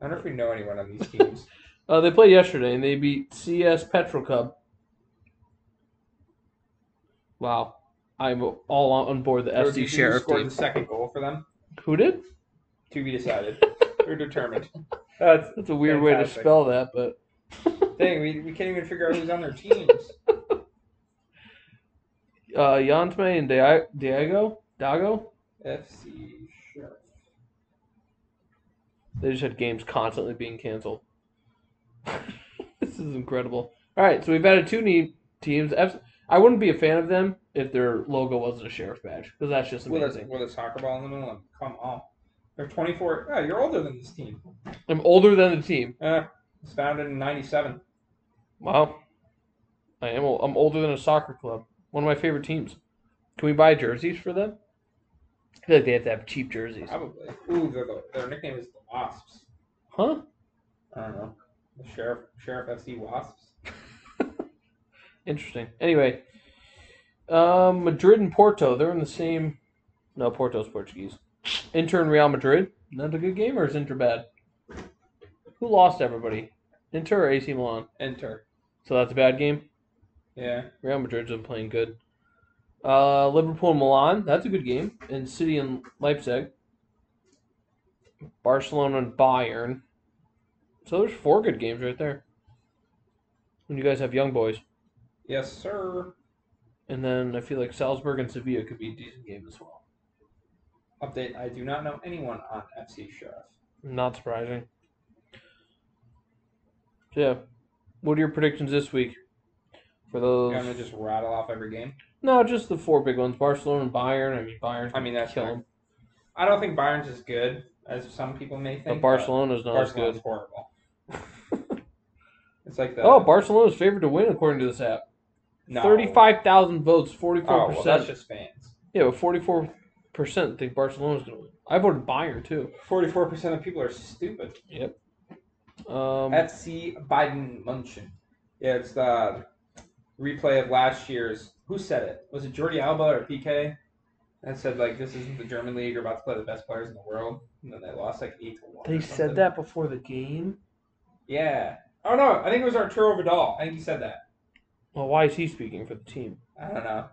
Speaker 1: wonder if we know anyone on these teams.
Speaker 2: Uh, they played yesterday and they beat CS Petrol Cub. Wow, I'm all on on board the
Speaker 1: Or do you think
Speaker 2: FC
Speaker 1: who
Speaker 2: Sheriff
Speaker 1: scored
Speaker 2: team.
Speaker 1: the second goal for them.
Speaker 2: Who did?
Speaker 1: To be decided. We're determined. That's
Speaker 2: That's a weird way to
Speaker 1: Fantastic.
Speaker 2: spell that, but
Speaker 1: dang. We, we can't even figure out who's on their teams.
Speaker 2: uh, Yantme and Dia- Diego Dago.
Speaker 1: FC Sheriff.
Speaker 2: They just had games constantly being canceled. this is incredible. All right, so we've added two new teams. F- I wouldn't be a fan of them if their logo wasn't a sheriff badge because that's just
Speaker 1: With
Speaker 2: amazing.
Speaker 1: a, with a soccer ball in the middle. of them. Come on. They're 24. Oh, you're older than this team.
Speaker 2: I'm older than the team.
Speaker 1: Uh, it's founded in 97.
Speaker 2: Wow, I am. ol- I'm older than a soccer club. One of my favorite teams. Can we buy jerseys for them? I feel like they have to have cheap jerseys.
Speaker 1: Probably. Ooh, they're the, their nickname is the Wasps.
Speaker 2: Huh?
Speaker 1: I don't know. The Sheriff, Sheriff FC Wasps.
Speaker 2: Interesting. Anyway, um, Madrid and Porto, they're in the same. No, Porto's Portuguese. Inter and Real Madrid. Not a good game, or is Inter bad? Who lost everybody? Inter or AC Milan?
Speaker 1: Enter.
Speaker 2: So that's a bad game.
Speaker 1: Yeah.
Speaker 2: Real Madrid's been playing good. Uh, Liverpool and Milan, that's a good game. And City and Leipzig. Barcelona and Bayern. So there's four good games right there. When you guys have young boys.
Speaker 1: Yes, sir.
Speaker 2: And then I feel like Salzburg and Sevilla could be a decent game as well.
Speaker 1: Update I do not know anyone on FC Sheriff.
Speaker 2: Not surprising. So, yeah. What are your predictions this week? For
Speaker 1: I'm
Speaker 2: those
Speaker 1: going to just rattle off every game.
Speaker 2: No, just the four big ones. Barcelona and Bayern. I mean Bayern's
Speaker 1: I mean, that's
Speaker 2: kill
Speaker 1: not-
Speaker 2: 'em.
Speaker 1: I don't think Bayern's as good as some people may think.
Speaker 2: But Barcelona's
Speaker 1: but
Speaker 2: not as
Speaker 1: Barcelona's
Speaker 2: good.
Speaker 1: horrible. it's like the.
Speaker 2: Oh, Barcelona's favored to win according to this app.
Speaker 1: no.
Speaker 2: Thirty-five thousand votes,
Speaker 1: Oh,
Speaker 2: forty-four
Speaker 1: well, that's
Speaker 2: percent.
Speaker 1: just fans.
Speaker 2: Yeah, but forty-four percent think Barcelona's going to win. I voted Bayern too.
Speaker 1: Forty-four percent of people are stupid.
Speaker 2: Um,
Speaker 1: FC Biden Munchen. Yeah, it's the replay of last year's. Who said it? Was it Jordi Alba or PK? That said, like this is the German league. You're about to play the best players in the world, and then they lost like eight to one. or
Speaker 2: they
Speaker 1: something.
Speaker 2: said that before the game.
Speaker 1: Yeah. Oh no, I think it was Arturo Vidal. I think he said that.
Speaker 2: Well, why is he speaking for the team?
Speaker 1: I don't know.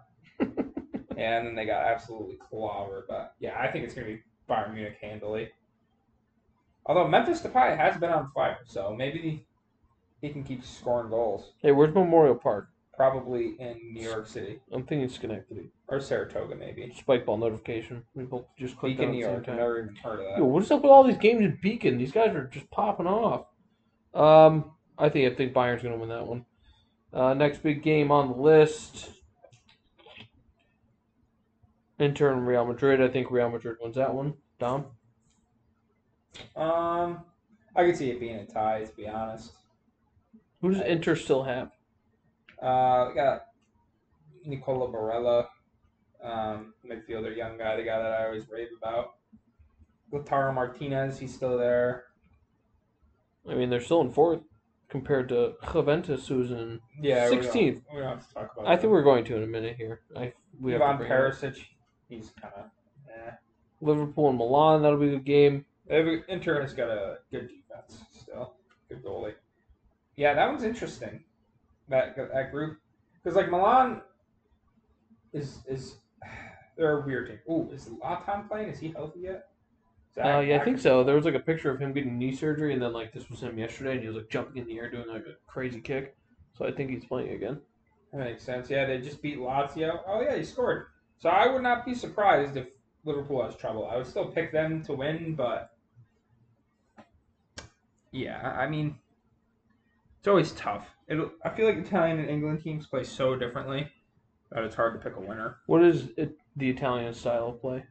Speaker 1: and then they got absolutely clobbered. But yeah, I think it's going to be Bayern Munich handily. Although Memphis Depay has been on fire, so maybe he can keep scoring goals.
Speaker 2: Hey, where's Memorial Park?
Speaker 1: Probably in New York City
Speaker 2: I'm thinking Schenectady.
Speaker 1: or Saratoga, maybe.
Speaker 2: Spike ball notification. We both just clicked
Speaker 1: Beacon,
Speaker 2: on
Speaker 1: New
Speaker 2: it
Speaker 1: York.
Speaker 2: at the same
Speaker 1: I've
Speaker 2: time.
Speaker 1: never even heard of that.
Speaker 2: Yo, what is up with all these games in Beacon? These guys are just popping off. Um, I think I think Bayern's gonna win that one. Uh, next big game on the list. Inter and Real Madrid. I think Real Madrid wins that one. Dom.
Speaker 1: Um, I could see it being a tie, to be honest.
Speaker 2: Who does Inter still have?
Speaker 1: Uh, we got Nicola Barella, um, midfielder, young guy, the guy that I always rave about. Lautaro Martinez, he's still there.
Speaker 2: I mean, they're still in fourth compared to Juventus, who's in.
Speaker 1: Yeah, we don't-
Speaker 2: 16th.
Speaker 1: We don't, have to talk about.
Speaker 2: I think we're going to in a minute here. I we
Speaker 1: we
Speaker 2: have
Speaker 1: Ivan
Speaker 2: to bring it up.
Speaker 1: Perisic. He's kind of. Eh.
Speaker 2: Liverpool and Milan. That'll be a good game.
Speaker 1: Every- Inter has got a good defense still, good goalie. Yeah, that one's interesting. That that group, because like Milan is is they're a weird team. Ooh, is Latan playing? Is he healthy yet? Is that
Speaker 2: Uh, yeah, I
Speaker 1: accurate?
Speaker 2: think so. There was like a picture of him getting knee surgery, and then like this was him yesterday, and he was like jumping in the air doing like a crazy kick. So I think he's playing again.
Speaker 1: That makes sense. Yeah, they just beat Lazio. Oh yeah, he scored. So I would not be surprised if Liverpool has trouble. I would still pick them to win, but yeah, I- I mean, it's always tough. It'll, I feel like Italian and England teams play so differently that it's hard to pick a winner.
Speaker 2: What is it, the Italian style of play?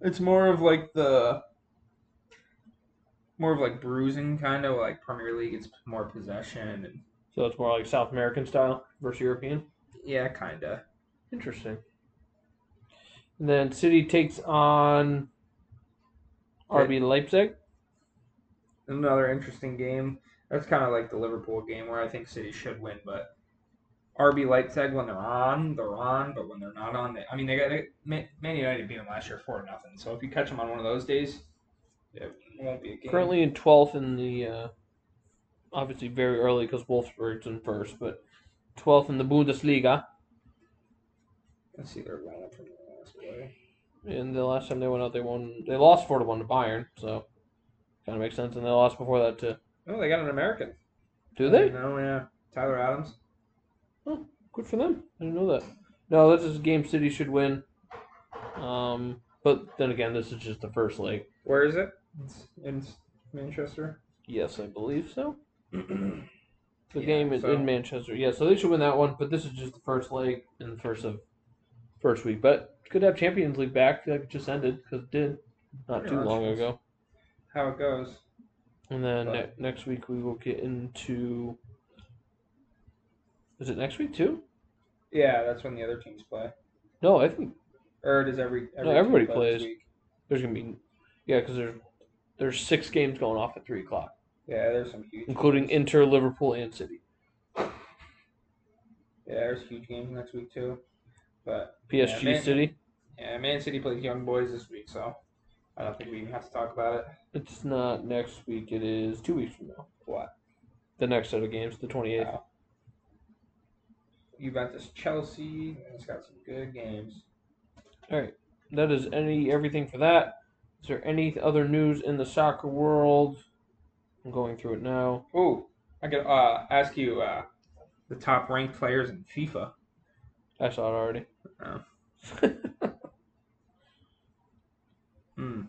Speaker 1: It's more of like the more of like bruising kind of like Premier League. It's more possession and
Speaker 2: So it's more like South American style versus European.
Speaker 1: yeah, kind of.
Speaker 2: Interesting. And then City takes on RB Leipzig.
Speaker 1: another interesting game. That's kind of like the Liverpool game where I think City should win, but RB Leipzig when they're on, they're on, but when they're not on, they I mean they got they, Man Man United beat them last year four nothing. So if you catch them on one of those days, it won't be a game.
Speaker 2: Currently in twelfth in the, uh, obviously very early because Wolfsburg's in first, but twelfth in the Bundesliga.
Speaker 1: let's see their lineup from the last play.
Speaker 2: And the last time they went out, they won. They lost four to one to Bayern, so kind of makes sense. And they lost before that too.
Speaker 1: Oh, they got an American.
Speaker 2: Do they?
Speaker 1: No, yeah, Tyler Adams.
Speaker 2: Good for them. I didn't know that. No, this is a game City should win. Um, but then again, this is just the first leg.
Speaker 1: Where is it? It's in Manchester.
Speaker 2: Yes, I believe so.
Speaker 1: yeah,
Speaker 2: The
Speaker 1: Yeah,
Speaker 2: game is
Speaker 1: so-
Speaker 2: in Manchester. Yeah, so they should win that one. But this is just the first leg and the first of first week. But it's good to have Champions League back. I feel like it just ended because it did not
Speaker 1: Yeah,
Speaker 2: too
Speaker 1: that's
Speaker 2: long
Speaker 1: nice.
Speaker 2: ago.
Speaker 1: how it goes.
Speaker 2: And then ne-
Speaker 1: But-
Speaker 2: next week we will get into. Is it next week too?
Speaker 1: Yeah, that's when the other teams play.
Speaker 2: No, I think
Speaker 1: Or does every, every
Speaker 2: No,
Speaker 1: team
Speaker 2: everybody
Speaker 1: play
Speaker 2: plays.
Speaker 1: This week?
Speaker 2: there's gonna be, yeah, because there's there's six games going off at three o'clock,
Speaker 1: Yeah, there's some huge.
Speaker 2: including Inter, Liverpool, and City.
Speaker 1: Yeah, there's huge games next week too. But
Speaker 2: PSG,
Speaker 1: Yeah, man.
Speaker 2: City.
Speaker 1: yeah, Man City plays Young Boys this week, so I don't think we even have to talk about it.
Speaker 2: It's not next week. It is two weeks from now.
Speaker 1: What?
Speaker 2: The next set of games, the twenty eighth.
Speaker 1: Oh. Juventus Chelsea. It's got some good games.
Speaker 2: All right. That is any everything for that. Is there any other news in the soccer world? I'm going through it now.
Speaker 1: Oh, I could uh, ask you uh, the top ranked players in FIFA.
Speaker 2: I saw it already.
Speaker 1: Oh. Hmm.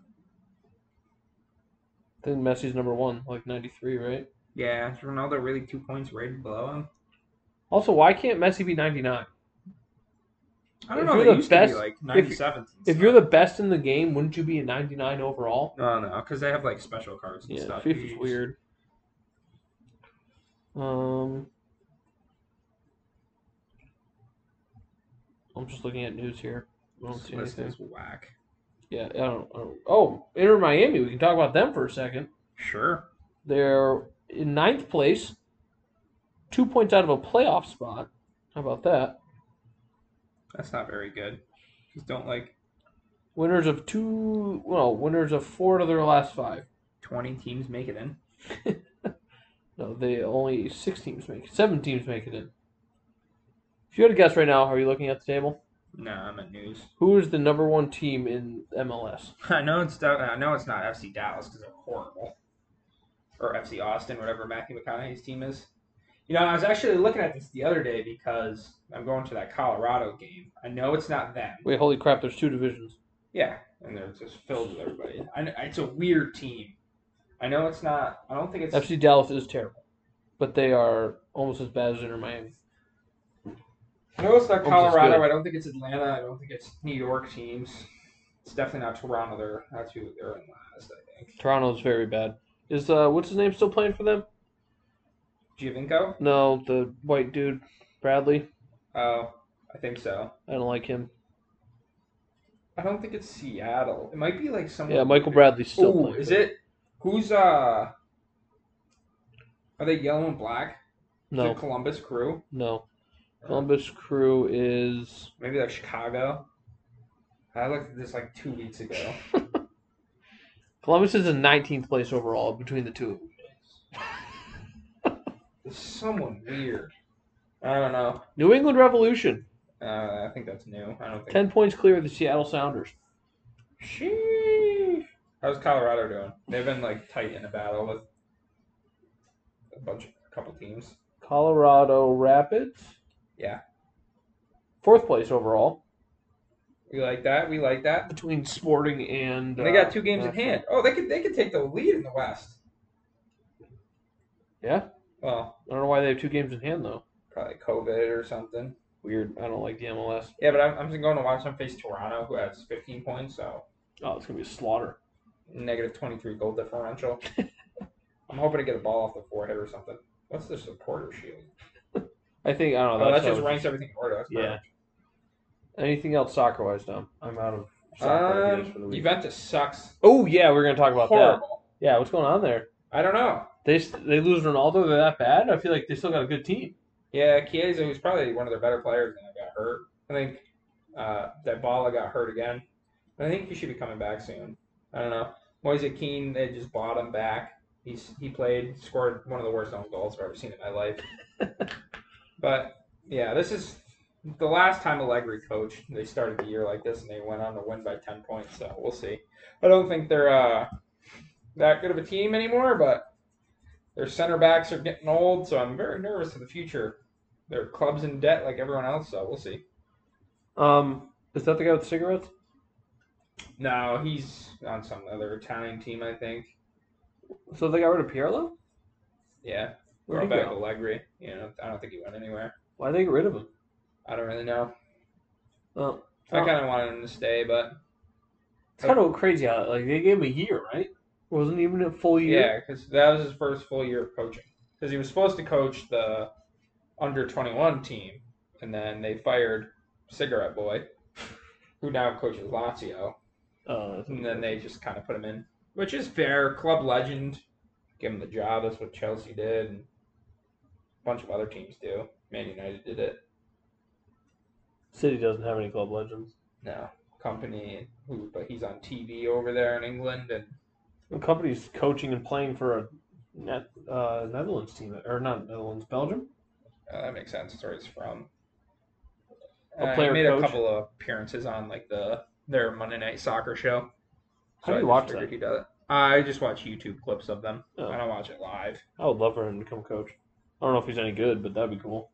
Speaker 2: I think Messi's number one, like ninety three, right?
Speaker 1: Yeah, is Ronaldo really two points rated below him?
Speaker 2: Also, why can't Messi be ninety nine?
Speaker 1: I don't
Speaker 2: If
Speaker 1: know.
Speaker 2: you're
Speaker 1: they
Speaker 2: the
Speaker 1: used
Speaker 2: best-
Speaker 1: to be like
Speaker 2: if-
Speaker 1: 97th.
Speaker 2: If you're the best in the game, wouldn't you be a ninety nine overall?
Speaker 1: no, no, because they have like special cards and
Speaker 2: Yeah,
Speaker 1: stuff.
Speaker 2: FIFA's
Speaker 1: You-
Speaker 2: weird. Um, I'm just looking at news here. I don't see
Speaker 1: This
Speaker 2: anything.
Speaker 1: is whack.
Speaker 2: Yeah, I don't, I don't- Oh, Inter Miami. We can talk about them for a second.
Speaker 1: Sure.
Speaker 2: They're in ninth place, two points out of a playoff spot. How about that?
Speaker 1: That's not very good. Just don't like
Speaker 2: Winners of two, well, winners of four to their last five.
Speaker 1: 20 teams make it in.
Speaker 2: No, they only six teams make seven teams make it in. If you had to guess right now, are you looking at the table?
Speaker 1: No, I'm at news.
Speaker 2: Who is the number one team in MLS?
Speaker 1: I know it's Dal- I know it's not FC Dallas because they're horrible, or FC Austin, whatever Matthew McConaughey's team is. You know, I was actually looking at this the other day because I'm going to that Colorado game. I know it's not them.
Speaker 2: Wait, holy crap! There's two divisions.
Speaker 1: Yeah, and they're just filled with everybody. I, kn- it's a weird team. I know it's not. I don't think it's.
Speaker 2: FC Dallas is terrible, but they are almost as bad as Inter Miami.
Speaker 1: I know it's not
Speaker 2: Hope's is
Speaker 1: Colorado.
Speaker 2: good.
Speaker 1: I don't think it's Atlanta. I don't think it's New York teams. It's definitely not Toronto. They're that's who they're in last. I think
Speaker 2: Toronto's very bad. Is uh, what's his name still playing for them?
Speaker 1: Giovinco.
Speaker 2: No, the white dude, Bradley.
Speaker 1: Oh, I think so.
Speaker 2: I don't like him.
Speaker 1: I don't think it's Seattle. It might be like someone.
Speaker 2: Yeah, Michael Bradley's still
Speaker 1: Ooh,
Speaker 2: playing.
Speaker 1: is
Speaker 2: for them.
Speaker 1: it? Who's uh? Are they yellow and black? Is it
Speaker 2: No,
Speaker 1: Columbus Crew?
Speaker 2: no. Columbus Crew is.
Speaker 1: Maybe like Chicago. I looked at this like two weeks ago.
Speaker 2: Columbus is in 19th place overall between the two of them.
Speaker 1: There's someone weird. I don't know.
Speaker 2: New England Revolution,
Speaker 1: Uh, I think that's new. I don't think.
Speaker 2: 10 points clear of the Seattle Sounders.
Speaker 1: Sheesh. How's Colorado doing? They've been like tight in a battle with a bunch, a couple teams.
Speaker 2: Colorado Rapids.
Speaker 1: Yeah.
Speaker 2: Fourth place overall
Speaker 1: We like that. We like that.
Speaker 2: between Sporting and.
Speaker 1: And they
Speaker 2: uh,
Speaker 1: got two games in
Speaker 2: Nashville.
Speaker 1: hand. Oh, they could they could take the lead in the West.
Speaker 2: Yeah.
Speaker 1: Well,
Speaker 2: I don't know why they have two games in hand though.
Speaker 1: probably COVID or something.
Speaker 2: Weird. I don't like the MLS.
Speaker 1: Yeah, but I'm, I'm just going to watch them face Toronto, who has 15 points, so
Speaker 2: Oh, it's gonna be a slaughter.
Speaker 1: negative 23 goal differential. I'm hoping to get a ball off the forehead or something. What's the supporter shield?
Speaker 2: I think I
Speaker 1: Oh,
Speaker 2: don't know.
Speaker 1: that
Speaker 2: That's
Speaker 1: just
Speaker 2: how it-
Speaker 1: ranks everything in order. That's
Speaker 2: Yeah.
Speaker 1: perfect.
Speaker 2: Anything else soccer wise, Dom? I'm out of soccer ideas for the
Speaker 1: Um,
Speaker 2: week.
Speaker 1: Juventus sucks.
Speaker 2: oh yeah, we're gonna talk about that.
Speaker 1: Horrible.
Speaker 2: Yeah, what's going on there?
Speaker 1: I don't know.
Speaker 2: They s- they lose Ronaldo. They're that bad. I feel like they still got a good team.
Speaker 1: Yeah, Chiesa, who's probably one of their better players, and got hurt. I think uh, that Bala got hurt again. I think he should be coming back soon. I don't know. Moise Keane, they just bought him back. He's he played, scored one of the worst own goals I've ever seen in my life. but yeah, this is the last time Allegri coached. They started the year like this, and they went on to win by ten points. So we'll see. I don't think they're uh, that good of a team anymore, but their center backs are getting old, so I'm very nervous of the future. Their club's in debt like everyone else, so we'll see.
Speaker 2: Um, is that the guy with the cigarettes?
Speaker 1: No, he's on some other Italian team, I think.
Speaker 2: So they got rid of Pirlo.
Speaker 1: Yeah,
Speaker 2: Where'd
Speaker 1: brought
Speaker 2: he
Speaker 1: back
Speaker 2: go?
Speaker 1: Allegri. You know, I don't think he went anywhere.
Speaker 2: Why would they get rid of him?
Speaker 1: I don't really know.
Speaker 2: Oh,
Speaker 1: I kind of wanted him to stay, but
Speaker 2: it's kind of crazy how like they gave him a year, right? Wasn't even a full year.
Speaker 1: yeah, because that was his first full year of coaching. Because he was supposed to coach the under twenty one team, and then they fired Cigarette Boy, who now coaches Lazio,
Speaker 2: Uh,
Speaker 1: and then they just kind of put him in, which is fair. Club legend, give him the job. That's what Chelsea did, and a bunch of other teams do. Man United did it.
Speaker 2: City doesn't have any club legends.
Speaker 1: no company who but he's on TV over there in England and
Speaker 2: The company's coaching and playing for a net, uh, Netherlands team, or not Netherlands, Belgium.
Speaker 1: uh, that makes sense. That's where he's from.
Speaker 2: A
Speaker 1: Uh, he
Speaker 2: player
Speaker 1: made
Speaker 2: coach?
Speaker 1: a couple of appearances on like the their Monday night soccer show.
Speaker 2: How do
Speaker 1: I
Speaker 2: you
Speaker 1: just
Speaker 2: watch
Speaker 1: figured
Speaker 2: that?
Speaker 1: He does it. I just watch YouTube clips of them.
Speaker 2: Oh.
Speaker 1: I don't watch it live.
Speaker 2: I would love for him to come coach. I don't know if he's any good, but that'd be cool.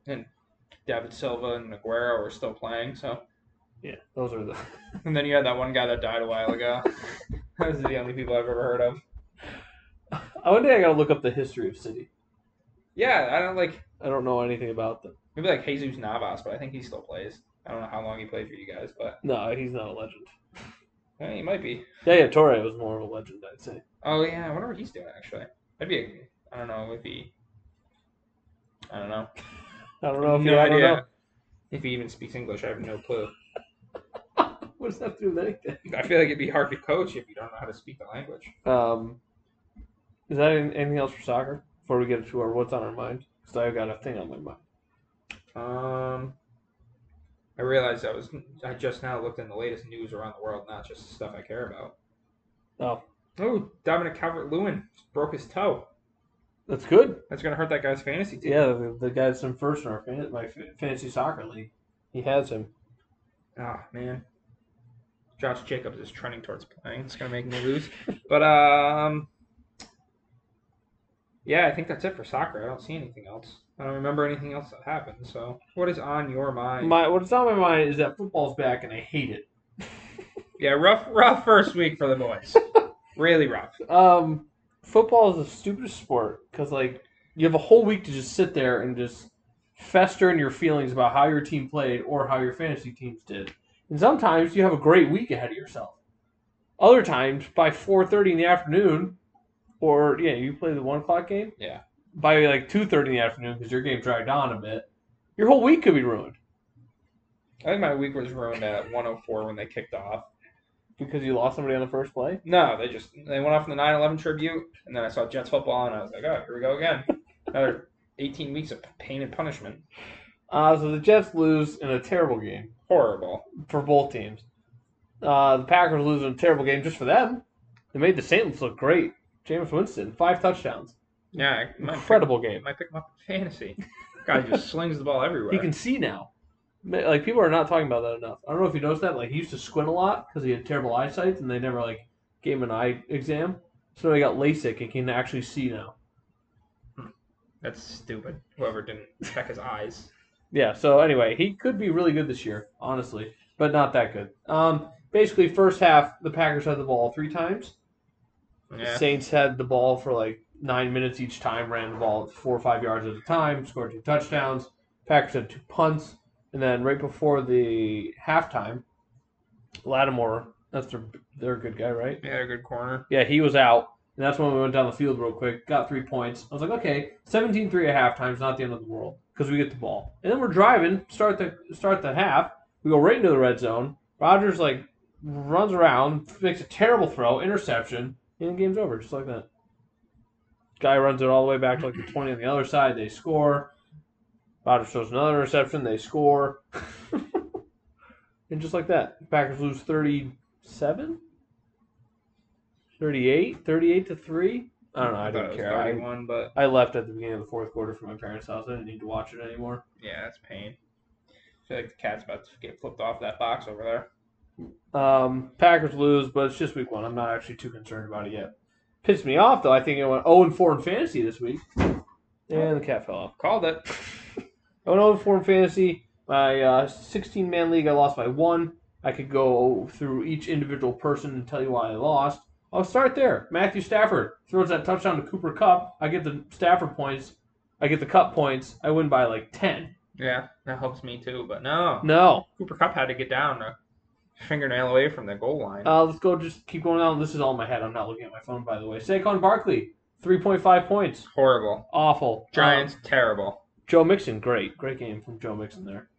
Speaker 1: David Silva and Aguero are still playing. So
Speaker 2: Yeah, those are the.
Speaker 1: and then you had that one guy that died a while ago. Those are the only people I've ever heard of.
Speaker 2: I one day I gotta look up the history of City.
Speaker 1: Yeah, I don't like
Speaker 2: I don't know anything about them.
Speaker 1: maybe like Jesus Navas, but I think he still plays. I don't know how long he played for you guys, but
Speaker 2: No, he's not a legend.
Speaker 1: eh, he might be.
Speaker 2: Yeah, yeah, Torre was more of a legend, I'd say.
Speaker 1: Oh yeah, I wonder what he's doing actually. That'd be a, I don't know if he I don't know.
Speaker 2: I don't know if
Speaker 1: no
Speaker 2: you, I don't
Speaker 1: idea
Speaker 2: know.
Speaker 1: if he even speaks English. I have no clue.
Speaker 2: What does that have to do with anything?
Speaker 1: I feel like it'd be hard to coach if you don't know how to speak the language.
Speaker 2: Um, is that any- anything else for soccer before we get to our what's on our mind? Because I've got a thing on my mind.
Speaker 1: Um, I realized I was I just now looked in the latest news around the world, not just the stuff I care about.
Speaker 2: Oh,
Speaker 1: Oh, Dominic Calvert-Lewin broke his toe.
Speaker 2: that's good.
Speaker 1: That's gonna hurt that guy's fantasy team.
Speaker 2: Yeah, the, the guy's in first in our fan, my fa- fantasy soccer league. He has him.
Speaker 1: Ah man. Josh Jacobs is trending towards playing. It's gonna make me lose. But um Yeah, I think that's it for soccer. I don't see anything else. I don't remember anything else that happened. So what is on your mind?
Speaker 2: My what's on my mind is that football's back and I hate it.
Speaker 1: yeah, rough rough first week for the boys. really rough.
Speaker 2: Um, football is the stupidest sport because like you have a whole week to just sit there and just fester in your feelings about how your team played or how your fantasy teams did. And sometimes you have a great week ahead of yourself. Other times, by four thirty in the afternoon, or yeah, you play the one o'clock game.
Speaker 1: Yeah.
Speaker 2: By like two thirty in the afternoon, because your game dragged on a bit, your whole week could be ruined
Speaker 1: I think my week was ruined at 104 when they kicked off.
Speaker 2: because you lost somebody on the first play.
Speaker 1: No, they just they went off in the 9/11 tribute, and then I saw Jets football, and I was like, oh, here we go again. Another 18 weeks of pain and punishment.
Speaker 2: Uh, so the Jets lose in a terrible game.
Speaker 1: Horrible.
Speaker 2: for both teams. Uh, the Packers lose in a terrible game just for them. They made the Saints look great. Jameis Winston, five touchdowns.
Speaker 1: Yeah, I- my
Speaker 2: Incredible
Speaker 1: It
Speaker 2: game.
Speaker 1: might pick him up in fantasy. Guy just slings the ball everywhere.
Speaker 2: He can see now. Ma- Like people are not talking about that enough. I don't know if you noticed that. Like he used to squint a lot because he had terrible eyesight, and they never like gave him an eye exam. So now he got LASIK and can actually see now.
Speaker 1: That's stupid. Whoever didn't check his eyes.
Speaker 2: Yeah. So anyway, he could be really good this year, honestly, but not that good. Um, basically, first half the Packers had the ball three times.
Speaker 1: Yeah.
Speaker 2: Saints had the ball for like nine minutes each time, ran the ball four or five yards at a time, scored two touchdowns. Packers had two punts, and then right before the halftime, Lattimore, that's their their good guy, right?
Speaker 1: Yeah, a good corner.
Speaker 2: Yeah, he was out, and that's when we went down the field real quick, got three points. I was like, okay, 17-3 at halftime is not the end of the world because we get the ball, and then we're driving, start the start the half, we go right into the red zone. Rogers like runs around, makes a terrible throw, interception, and the game's over just like that. Guy runs it all the way back to like the 20 on the other side. They score. Rodgers throws another interception. They score. and just like that, Packers lose 37? 38? 38 to 3? I don't know. I
Speaker 1: thought it
Speaker 2: don't
Speaker 1: was
Speaker 2: care. I,
Speaker 1: 31, but
Speaker 2: I left at the beginning of the fourth quarter for my parents' house. I didn't need to watch it anymore.
Speaker 1: yeah, that's pain. I feel like the cat's about to get flipped off that box over there.
Speaker 2: Um, Packers lose, but it's just week one. I'm not actually too concerned about it yet. Pissed me off though. I think it went 0 and 4 in fantasy this week, and the cat fell off.
Speaker 1: Called it.
Speaker 2: 0 and 0 and 4 in fantasy. My uh, 16 man league, I lost by one. I could go through each individual person and tell you why I lost. I'll start there. Matthew Stafford throws that touchdown to Cooper Cup. I get the Stafford points. I get the Cup points. I win by like 10.
Speaker 1: Yeah, that helps me too, but no.
Speaker 2: No.
Speaker 1: Cooper Cup had to get down a fingernail away from the goal line.
Speaker 2: Uh, let's go. Just keep going down. This is all in my head. I'm not looking at my phone, by the way. Saquon Barkley, 3.5 points.
Speaker 1: Horrible.
Speaker 2: Awful.
Speaker 1: Giants,
Speaker 2: Um,
Speaker 1: terrible.
Speaker 2: Joe Mixon, great. Great game from Joe Mixon there.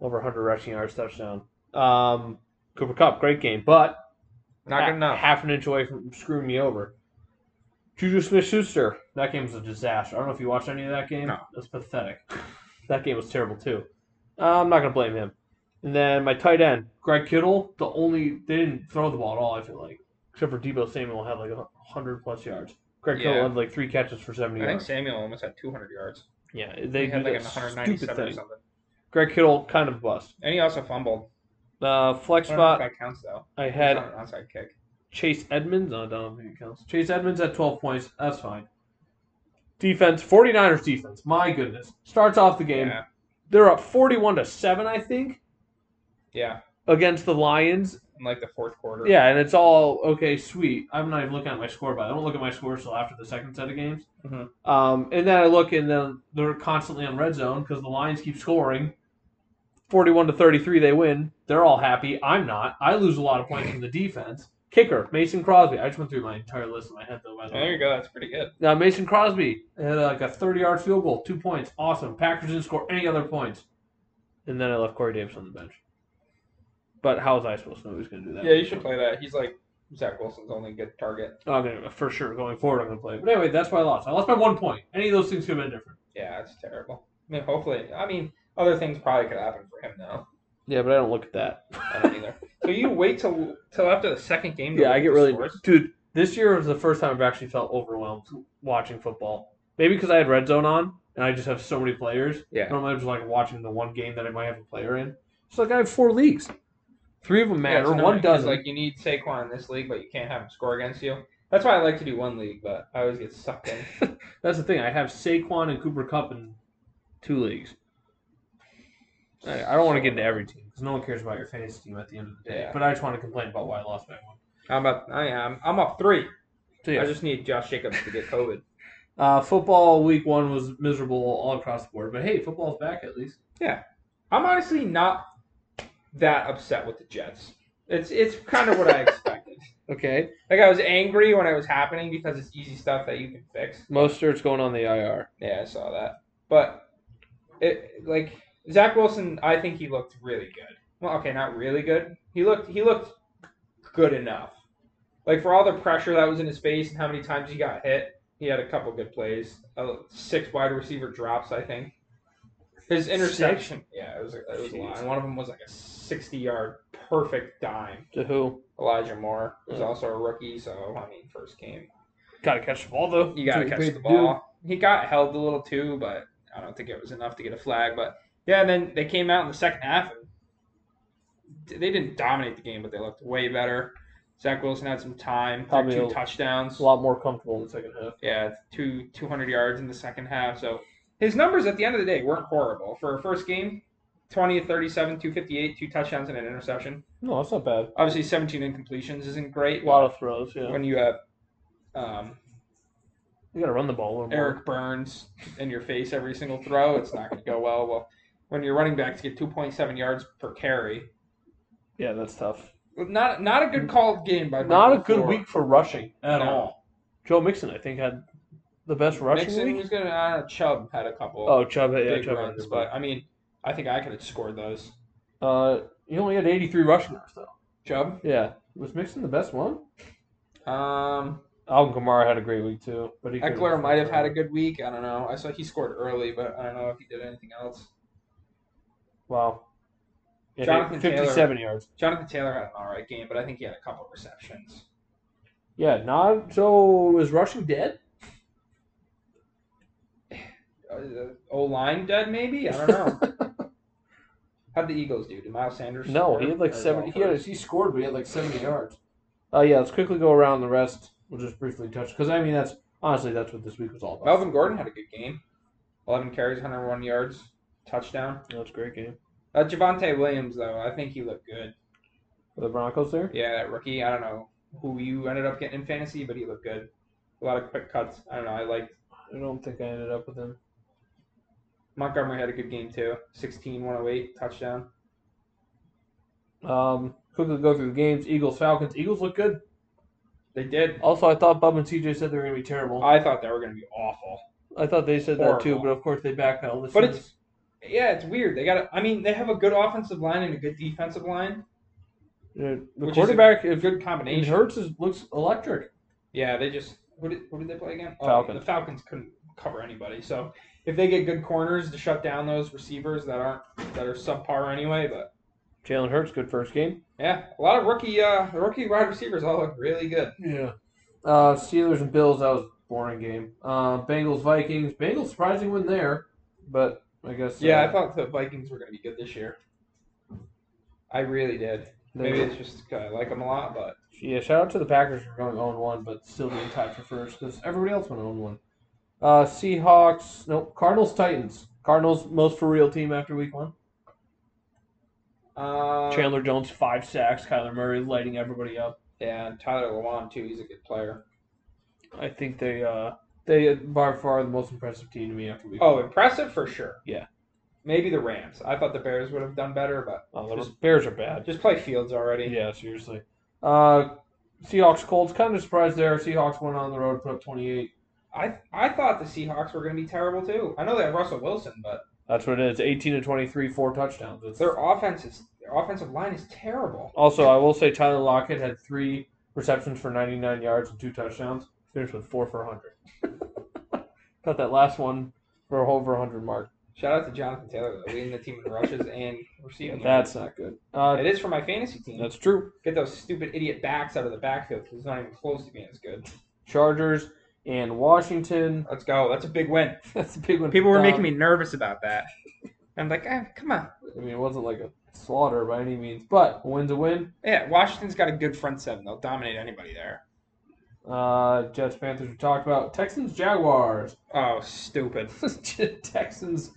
Speaker 2: Over 100 rushing yards, touchdown. Um, Cooper Cup, great game, but
Speaker 1: Not
Speaker 2: ha-
Speaker 1: good enough.
Speaker 2: half an inch away from screwing me over. Juju Smith Schuster, that game was a disaster. I don't know if you watched any of that game.
Speaker 1: No.
Speaker 2: That's pathetic. that game was terrible, too. Uh, I'm not going to blame him. And then my tight end, Greg Kittle, the only, they didn't throw the ball at all, I feel like. Except for Debo Samuel had like 100 plus yards. Greg
Speaker 1: Yeah.
Speaker 2: Kittle had like three catches for 70
Speaker 1: I think
Speaker 2: yards.
Speaker 1: Samuel almost had 200 yards.
Speaker 2: Yeah, they
Speaker 1: he had
Speaker 2: do
Speaker 1: like
Speaker 2: that
Speaker 1: 197
Speaker 2: stupid
Speaker 1: or
Speaker 2: thing.
Speaker 1: something.
Speaker 2: Greg Kittle kind of bust.
Speaker 1: And he also fumbled.
Speaker 2: Uh, flex
Speaker 1: I don't know if
Speaker 2: spot,
Speaker 1: that counts though.
Speaker 2: I
Speaker 1: He was
Speaker 2: had
Speaker 1: on an onside kick.
Speaker 2: Chase Edmonds. No, I don't think it counts. Chase Edmonds at 12 points. That's fine. Defense, 49ers defense. My goodness. Starts off the game.
Speaker 1: Yeah.
Speaker 2: They're up 41 to 7, I think,
Speaker 1: Yeah.
Speaker 2: against the Lions.
Speaker 1: In like the fourth quarter.
Speaker 2: Yeah, and it's all okay, sweet. I'm not even looking at my score, but I don't look at my score until after the second set of games.
Speaker 1: Mhm.
Speaker 2: Um, and then I look, and then they're constantly on red zone because the Lions keep scoring. Forty-one to thirty-three, they win. They're all happy. I'm not. I lose a lot of points from the defense. Kicker Mason Crosby. I just went through my entire list in my head though. By the
Speaker 1: There you
Speaker 2: way,
Speaker 1: go. That's pretty good.
Speaker 2: now Mason Crosby had like a thirty-yard field goal, two points, awesome. Packers didn't score any other points. And then I left Corey Davis on the bench. But how was I supposed to know he was going to do that?
Speaker 1: Yeah, you should play that. He's like Zach Wilson's only good target.
Speaker 2: Okay, for sure. Going forward, I'm going to play. But anyway, that's why I lost. I lost by one point. Any of those things could have been different.
Speaker 1: Yeah, it's terrible. I mean, hopefully, I mean, other things probably could happen for him now.
Speaker 2: Yeah, but I don't look at that.
Speaker 1: I don't either. so you wait till till after the second game. to
Speaker 2: Yeah,
Speaker 1: look
Speaker 2: I
Speaker 1: at
Speaker 2: get
Speaker 1: the
Speaker 2: really
Speaker 1: scores?
Speaker 2: dude. This year was the first time I've actually felt overwhelmed watching football. Maybe because I had red zone on and I just have so many players.
Speaker 1: Yeah.
Speaker 2: Normally I'm just like watching the one game that I might have a player in. So like I have four leagues. Three of them
Speaker 1: Yeah, it's
Speaker 2: matter,
Speaker 1: annoying
Speaker 2: one
Speaker 1: 'cause,
Speaker 2: doesn't.
Speaker 1: Like you need Saquon in this league, but you can't have him score against you. That's why I like to do one league, but I always get sucked in.
Speaker 2: That's the thing. I have Saquon and Cooper Cup in two leagues. I, I don't want to get into every team because no one cares about your fantasy team at the end of the day.
Speaker 1: Yeah.
Speaker 2: But I just want to complain about why I lost by one.
Speaker 1: I'm up. I am. I'm up three.
Speaker 2: So yeah,
Speaker 1: I just need Josh Jacobs to get COVID.
Speaker 2: uh, football week one was miserable all across the board. But hey, football's back at least.
Speaker 1: I'm honestly not that upset with the Jets. It's it's kind of what I expected.
Speaker 2: Okay.
Speaker 1: Like I was angry when it was happening because it's easy stuff that you can fix.
Speaker 2: Mostert's going on the IR.
Speaker 1: Yeah, I saw that. But it like Zach Wilson, I think he looked really good. Well, okay, not really good. He looked he looked good enough. Like for all the pressure that was in his face and how many times he got hit, he had a couple good plays. Uh, six wide receiver drops, I think. His interception, yeah, it was a- it was a lot.
Speaker 2: Jeez.
Speaker 1: And one of them was like a sixty-yard perfect dime.
Speaker 2: To who?
Speaker 1: Elijah Moore was
Speaker 2: Mm.
Speaker 1: also a rookie, so I mean, first game.
Speaker 2: Gotta catch the ball though.
Speaker 1: You gotta
Speaker 2: That's what
Speaker 1: catch
Speaker 2: paid
Speaker 1: the
Speaker 2: to do.
Speaker 1: ball. He got held a little too, but I don't think it was enough to get a flag. But yeah, and then they came out in the second half. And they didn't dominate the game, but they looked way better. Zach Wilson had some time,
Speaker 2: Probably
Speaker 1: two
Speaker 2: a-
Speaker 1: touchdowns.
Speaker 2: A lot more comfortable in the second half.
Speaker 1: Yeah, two two hundred yards in the second half. So his numbers at the end of the day weren't horrible for a first game. 20 37, 258, two touchdowns and an interception.
Speaker 2: No, that's not bad.
Speaker 1: Obviously, 17 incompletions isn't great.
Speaker 2: A lot of throws.
Speaker 1: but
Speaker 2: Yeah.
Speaker 1: when you have um,
Speaker 2: You gotta run the ball a little more.
Speaker 1: Eric Burns in your face every single throw, it's not going to go well. Well, when your running backs get 2.7 yards per carry,
Speaker 2: Yeah, that's tough.
Speaker 1: not not a good called game by
Speaker 2: Not a
Speaker 1: Michael
Speaker 2: good
Speaker 1: Floor.
Speaker 2: week for rushing at
Speaker 1: No.
Speaker 2: all. Joe Mixon, I think, had the best rushing
Speaker 1: Mixon
Speaker 2: week.
Speaker 1: was going to uh, Chubb had a couple
Speaker 2: Oh, Chubb, yeah,
Speaker 1: big
Speaker 2: Chubb. had a
Speaker 1: runs,
Speaker 2: good
Speaker 1: but I mean, I think I could have scored those.
Speaker 2: one. uh, he only had 83 rushing yards though.
Speaker 1: Chubb,
Speaker 2: Yeah, was Mixon the best one?
Speaker 1: um,
Speaker 2: Alvin Kamara had a great week too, but he couldn't-
Speaker 1: Eckler might have had a good week. I don't know. I saw he scored early, but I don't know if he did anything else.
Speaker 2: wow. Yeah,
Speaker 1: Jonathan
Speaker 2: 57 yards.
Speaker 1: Jonathan Taylor had an all right game, but I think he had a couple receptions.
Speaker 2: Yeah, not so is rushing dead.
Speaker 1: O Uh, line dead, maybe. I don't know. How'd the Eagles do? Did Miles Sanders?
Speaker 2: No,
Speaker 1: score?
Speaker 2: he had
Speaker 1: Or
Speaker 2: like
Speaker 1: is
Speaker 2: seventy.
Speaker 1: all
Speaker 2: He, had,
Speaker 1: first?
Speaker 2: he scored, but he had like seventy yards. Uh, yeah, let's quickly go around the rest. We'll just briefly touch because I mean that's honestly that's what this week was all about.
Speaker 1: Melvin Gordon had a good game. Eleven carries, 101 yards, touchdown.
Speaker 2: That's a great game
Speaker 1: Uh, Javante Williams, though, I think he looked good.
Speaker 2: for the Broncos there.
Speaker 1: Yeah, that rookie. I don't know who you ended up getting in fantasy, but he looked good. A lot of quick cuts. I don't know. I liked
Speaker 2: I don't think I ended up with him.
Speaker 1: Montgomery had a good game too. 16, 108, touchdown.
Speaker 2: Um, quickly go through the games. Eagles, Falcons. Eagles look good.
Speaker 1: They did.
Speaker 2: Also, I thought Bub and CJ said they were going to be terrible. I,
Speaker 1: I thought they were going to be awful.
Speaker 2: thought they said that too,
Speaker 1: Horrible.
Speaker 2: but of course they backpedaled. This
Speaker 1: But
Speaker 2: is-
Speaker 1: it's- Yeah, it's weird. They got. I mean, they have a good offensive line and a good defensive line.
Speaker 2: uh, the
Speaker 1: which is a
Speaker 2: quarterback.
Speaker 1: A
Speaker 2: If
Speaker 1: good
Speaker 2: and
Speaker 1: combination.
Speaker 2: Hurts is, looks electric.
Speaker 1: Yeah, they just who did who did they play again? Oh,
Speaker 2: Falcons.
Speaker 1: The Falcons couldn't cover anybody. So if they get good corners to shut down those receivers that aren't that are subpar anyway, but
Speaker 2: Jalen Hurts, good first game.
Speaker 1: yeah, a lot of rookie uh the rookie wide receivers all look really good.
Speaker 2: Yeah. Uh, Steelers and Bills. That was a boring game. Uh, Bengals, Vikings. Bengals surprising win there, but I guess
Speaker 1: Yeah,
Speaker 2: uh,
Speaker 1: I thought the Vikings were going to be good this year. I really did.
Speaker 2: they-
Speaker 1: Maybe it's just 'cause I like them a lot, but
Speaker 2: Yeah, shout out to the Packers for going 0 1, but still being tied for first because everybody else went 0 1. Uh, Seahawks, no, Cardinals, Titans. Cardinals, most for real team after week one.
Speaker 1: uh,
Speaker 2: Chandler Jones, five sacks. Kyler Murray lighting everybody up.
Speaker 1: yeah, and Tyler Lewan too. He's a good player.
Speaker 2: I think they, uh, they by far the most impressive team to me after week
Speaker 1: Oh,
Speaker 2: one.
Speaker 1: impressive for sure.
Speaker 2: Yeah.
Speaker 1: Maybe the Rams. I thought the Bears would have done better, but
Speaker 2: Oh, the
Speaker 1: just-
Speaker 2: Bears are bad.
Speaker 1: just play Fields already.
Speaker 2: Yeah, seriously. Uh, Seahawks, Colts, kind of surprised there. Seahawks went on the road, put up 28.
Speaker 1: I I thought the Seahawks were going to be terrible too. I know they have Russell Wilson, but
Speaker 2: That's what it is. 18 to 23, four touchdowns. It's-
Speaker 1: their offense is Their offensive line is terrible.
Speaker 2: Also, I will say Tyler Lockett had three receptions for 99 yards and two touchdowns. Finished with four for 100. Got that last one for over 100 mark.
Speaker 1: Shout out to Jonathan Taylor, though, leading the team in rushes and receiving.
Speaker 2: That's not good. Uh,
Speaker 1: it is for my fantasy team.
Speaker 2: that's true.
Speaker 1: Get those stupid idiot backs out of the backfield because it's not even close to being as good.
Speaker 2: Chargers and Washington.
Speaker 1: Let's go. That's a big win.
Speaker 2: That's a big one.
Speaker 1: People were
Speaker 2: Um,
Speaker 1: making me nervous about that. I'm like, ah, come on.
Speaker 2: I mean, it wasn't like a slaughter by any means, but a win's a win.
Speaker 1: Yeah, Washington's got a good front seven. They'll dominate anybody there.
Speaker 2: Uh, Jets, Panthers, we talked about. Texans, Jaguars.
Speaker 1: Oh, stupid.
Speaker 2: Texans,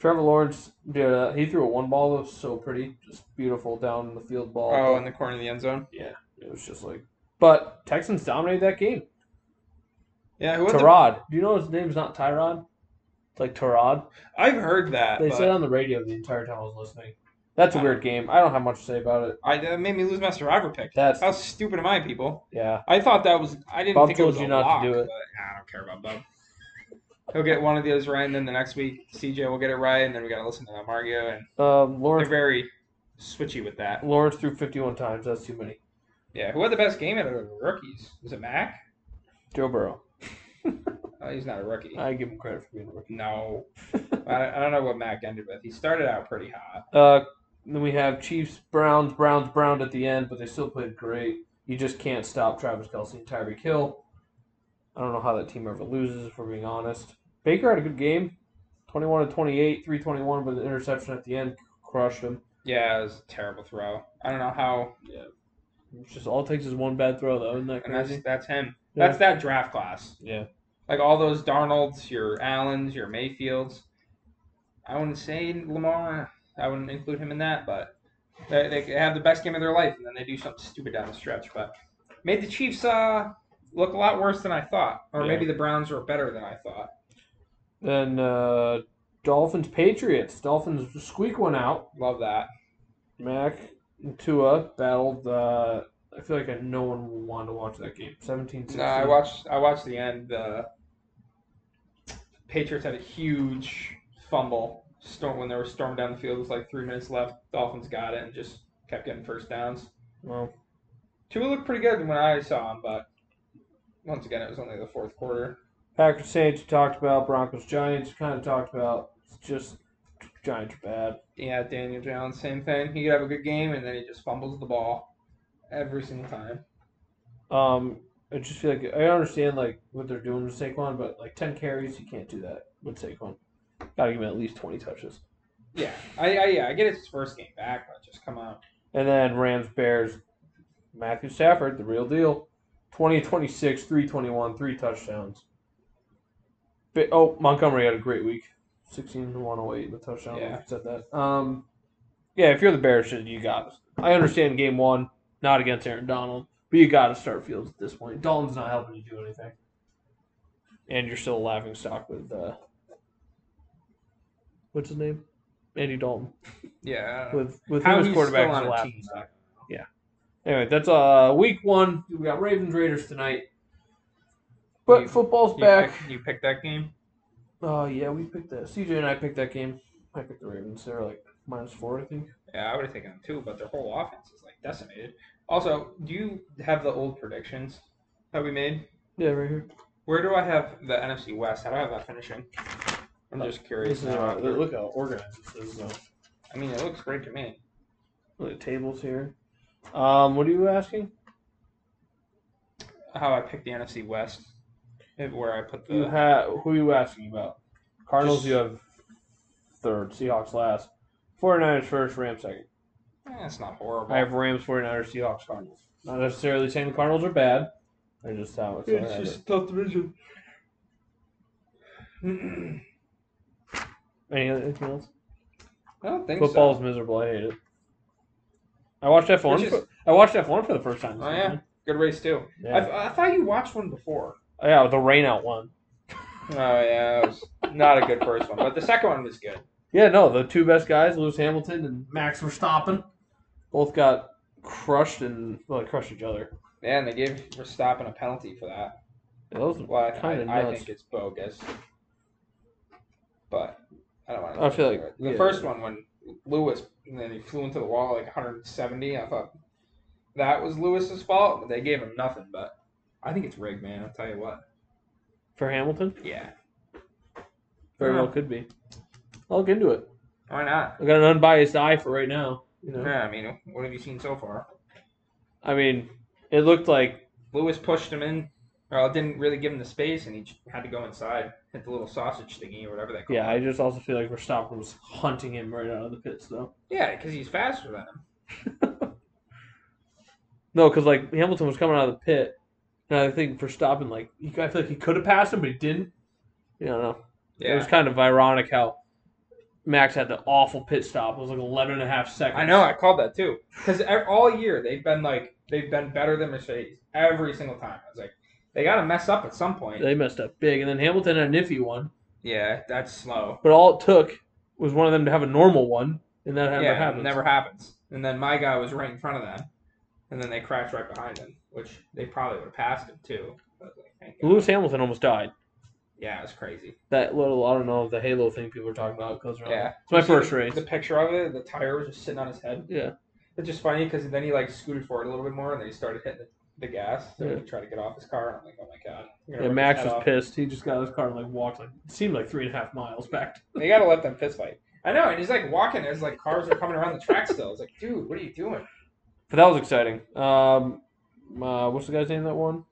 Speaker 2: Trevor Lawrence, dude, uh, he threw a one ball that was so pretty. Just beautiful down in the field ball.
Speaker 1: Oh, in the corner of the end zone.
Speaker 2: It was just like. But Texans dominated that game.
Speaker 1: Yeah, who was it?
Speaker 2: Tyrod. Do you know his name's not Tyrod? It's like Tyrod.
Speaker 1: I've heard that.
Speaker 2: They
Speaker 1: but
Speaker 2: said on the radio the entire time I was listening. That's a weird game. I don't have much to say about it.
Speaker 1: I, that made me lose my survivor pick.
Speaker 2: That's
Speaker 1: How stupid am I, people?
Speaker 2: yeah.
Speaker 1: I thought that was. I didn't
Speaker 2: Bob
Speaker 1: think it
Speaker 2: told
Speaker 1: was
Speaker 2: you
Speaker 1: a
Speaker 2: not to
Speaker 1: lock,
Speaker 2: do it.
Speaker 1: but nah, I don't care about Bob. He'll get one of those right, and then the next week CJ will get it right, and then we got to listen to Mario. And
Speaker 2: Um,
Speaker 1: they're
Speaker 2: Lawrence
Speaker 1: very switchy with that.
Speaker 2: Lawrence threw 51 times. That's too many.
Speaker 1: Yeah, who had the best game out of the rookies? Was it Mac?
Speaker 2: Joe Burrow.
Speaker 1: Oh, he's not a rookie.
Speaker 2: I give him credit for being a rookie.
Speaker 1: No, I, I don't know what Mac ended with. He started out pretty hot.
Speaker 2: Uh, then we have Chiefs, Browns, Browns, Brown at the end, but they still played great. You just can't stop Travis Kelsey and Tyreek Hill. I don't know how that team ever loses, if we're being honest. Baker had a good game, twenty-one to twenty-eight, three twenty-one, but the interception at the end crushed him.
Speaker 1: Yeah, it was a terrible throw. I don't know how.
Speaker 2: It's just all it takes is one bad throw, though, isn't that
Speaker 1: And that's
Speaker 2: crazy?
Speaker 1: that's him.
Speaker 2: Yeah.
Speaker 1: That's that draft class.
Speaker 2: yeah.
Speaker 1: Like all those Darnolds, your Allens, your Mayfields. I wouldn't say Lamar. I wouldn't include him in that, but they, they could have the best game of their life, and then they do something stupid down the stretch. But made the Chiefs uh, look a lot worse than I thought, or
Speaker 2: Yeah.
Speaker 1: maybe the Browns were better than I thought.
Speaker 2: Then uh, Dolphins, Patriots. Dolphins squeak one out.
Speaker 1: Love that.
Speaker 2: Mac and Tua battled. Uh, I feel like I, no one wanted to watch that game. 17
Speaker 1: No, I watched. I watched the end. The Patriots had a huge fumble storm when they were storming down the field. It was like three minutes left. Dolphins got it and just kept getting first downs.
Speaker 2: Well,
Speaker 1: Tua looked pretty good when I saw him, but once again, it was only the fourth quarter.
Speaker 2: Packers Saints you talked about Broncos Giants kind of talked about. It's just Giants are bad.
Speaker 1: Yeah, Daniel Jones, same thing. He could have a good game and then he just fumbles the ball every single time.
Speaker 2: Um, I just feel like I understand like what they're doing with Saquon, but like 10 carries, you can't do that with Saquon. Gotta give him at least 20 touches.
Speaker 1: Yeah, I, I yeah, I get it's his first game back, but just come on.
Speaker 2: And then Rams Bears, Matthew Stafford, the real deal. 20 26, 321, three touchdowns. Bi- oh, Montgomery had a great week. 16 to 108, the touchdown.
Speaker 1: Yeah.
Speaker 2: Yeah. Said that. Um, yeah, if you're the Bears, you got to. I understand game one, not against Aaron Donald, but you got to start Fields at this point. Dalton's not helping you do anything. And you're still a laughing stock with, uh, what's his name? Andy Dalton.
Speaker 1: Yeah, I don't know.
Speaker 2: With, with
Speaker 1: Uh, How
Speaker 2: him as
Speaker 1: he's
Speaker 2: quarterback,
Speaker 1: still
Speaker 2: he's
Speaker 1: on
Speaker 2: a
Speaker 1: a
Speaker 2: laughing
Speaker 1: team,
Speaker 2: stock.
Speaker 1: though.
Speaker 2: Anyway, that's uh week one. We got Ravens Raiders tonight. But
Speaker 1: You-
Speaker 2: football's
Speaker 1: You
Speaker 2: back.
Speaker 1: pick- you pick that game?
Speaker 2: Oh yeah, we picked that. CJ and I picked that game. I picked the Ravens. They were like minus four, I think.
Speaker 1: Yeah, I would have taken them too, but their whole offense is like decimated. Also, do you have the old predictions that we made?
Speaker 2: Yeah, right here.
Speaker 1: Where do I have the NFC West? How do I have that finishing? I'm just curious.
Speaker 2: This is, uh,
Speaker 1: now.
Speaker 2: look how organized this is. Though.
Speaker 1: I mean, it looks great to me.
Speaker 2: Look at the tables here. Um, what are you asking?
Speaker 1: How I picked the NFC West, and where I put
Speaker 2: You
Speaker 1: the
Speaker 2: have who are you asking about? Cardinals.
Speaker 1: Just-
Speaker 2: You have third. Seahawks last. 49ers first. Rams second.
Speaker 1: that's eh, not horrible.
Speaker 2: I have Rams 49ers Seahawks Cardinals. Not necessarily saying the Cardinals are bad. I just how it's. how I have it.
Speaker 1: tough division.
Speaker 2: Any other- anything else?
Speaker 1: I don't think
Speaker 2: Football's
Speaker 1: so.
Speaker 2: miserable. I hate it. I watched F one.
Speaker 1: Which is-
Speaker 2: for- I watched F one for the first time. this
Speaker 1: Oh yeah,
Speaker 2: weekend.
Speaker 1: good race too.
Speaker 2: yeah,
Speaker 1: I, I thought you watched one before.
Speaker 2: yeah. The rain out one.
Speaker 1: Oh yeah, that was not a good first one, but the second one was good.
Speaker 2: Yeah, no, the two best guys, Lewis Hamilton and Max Verstappen, both got crushed and well, they crushed each other.
Speaker 1: Yeah, and they gave Verstappen a penalty for that.
Speaker 2: Yeah, that was-
Speaker 1: Well, I,
Speaker 2: Kinda
Speaker 1: I, I
Speaker 2: nuts.
Speaker 1: think it's bogus. But I don't want to.
Speaker 2: I feel like-
Speaker 1: the
Speaker 2: yeah.
Speaker 1: first one when Lewis and then he flew into the wall like 170. I thought that was Lewis's fault, but they gave him nothing. But I think it's rigged, man. I'll tell you what.
Speaker 2: for Hamilton.
Speaker 1: Yeah.
Speaker 2: Very well could be. I'll look into it.
Speaker 1: Why not?
Speaker 2: I got an unbiased eye for right now. You know,
Speaker 1: Yeah, I mean, what have you seen so far?
Speaker 2: I mean, it looked like
Speaker 1: Lewis pushed him in. Well, didn't really give him the space, and he j- had to go inside, hit the little sausage thingy or whatever they call
Speaker 2: yeah.
Speaker 1: it.
Speaker 2: I just also feel like Verstappen was hunting him right out of the pits though.
Speaker 1: Yeah, because he's faster than him.
Speaker 2: No, because like Hamilton was coming out of the pit, and I think Verstappen like he, I feel like he could have passed him, but he didn't. You don't know. It was
Speaker 1: Yeah.
Speaker 2: kind of ironic how Max had the awful pit stop. It was like 11 and a half seconds.
Speaker 1: I know, I called that too. Because all year they've been like, they've been better than Mercedes every single time. I was like, they got to mess up at some point.
Speaker 2: They messed up big. And then Hamilton had an iffy one.
Speaker 1: Yeah, that's slow.
Speaker 2: But all it took was one of them to have a normal one. And that never
Speaker 1: yeah,
Speaker 2: happened.
Speaker 1: never happens. And then my guy was right in front of them, and then they crashed right behind him, which they probably would have passed him too. But like, thank God.
Speaker 2: Lewis Hamilton almost died.
Speaker 1: Yeah, it was crazy.
Speaker 2: That little, I don't know, the Halo thing people were talking about goes around.
Speaker 1: Yeah,
Speaker 2: It's my
Speaker 1: You see
Speaker 2: first
Speaker 1: the-
Speaker 2: race.
Speaker 1: The picture of it, the tire was just sitting on his head.
Speaker 2: Yeah.
Speaker 1: It's just funny because then he like scooted forward a little bit more, and then he started hitting the, the gas so
Speaker 2: Yeah.
Speaker 1: he tried to get off his car. And I'm like, oh my god. You're gonna
Speaker 2: Yeah,
Speaker 1: rip
Speaker 2: Max
Speaker 1: his head
Speaker 2: was
Speaker 1: off.
Speaker 2: pissed. He just got his car and like walked like it seemed like three and a half miles back.
Speaker 1: They gotta let them fist fight. I know, and he's like walking as like cars are coming around the track still. It's like, dude, what are you doing?
Speaker 2: But that was exciting. Um, uh, what's the guy's name that won?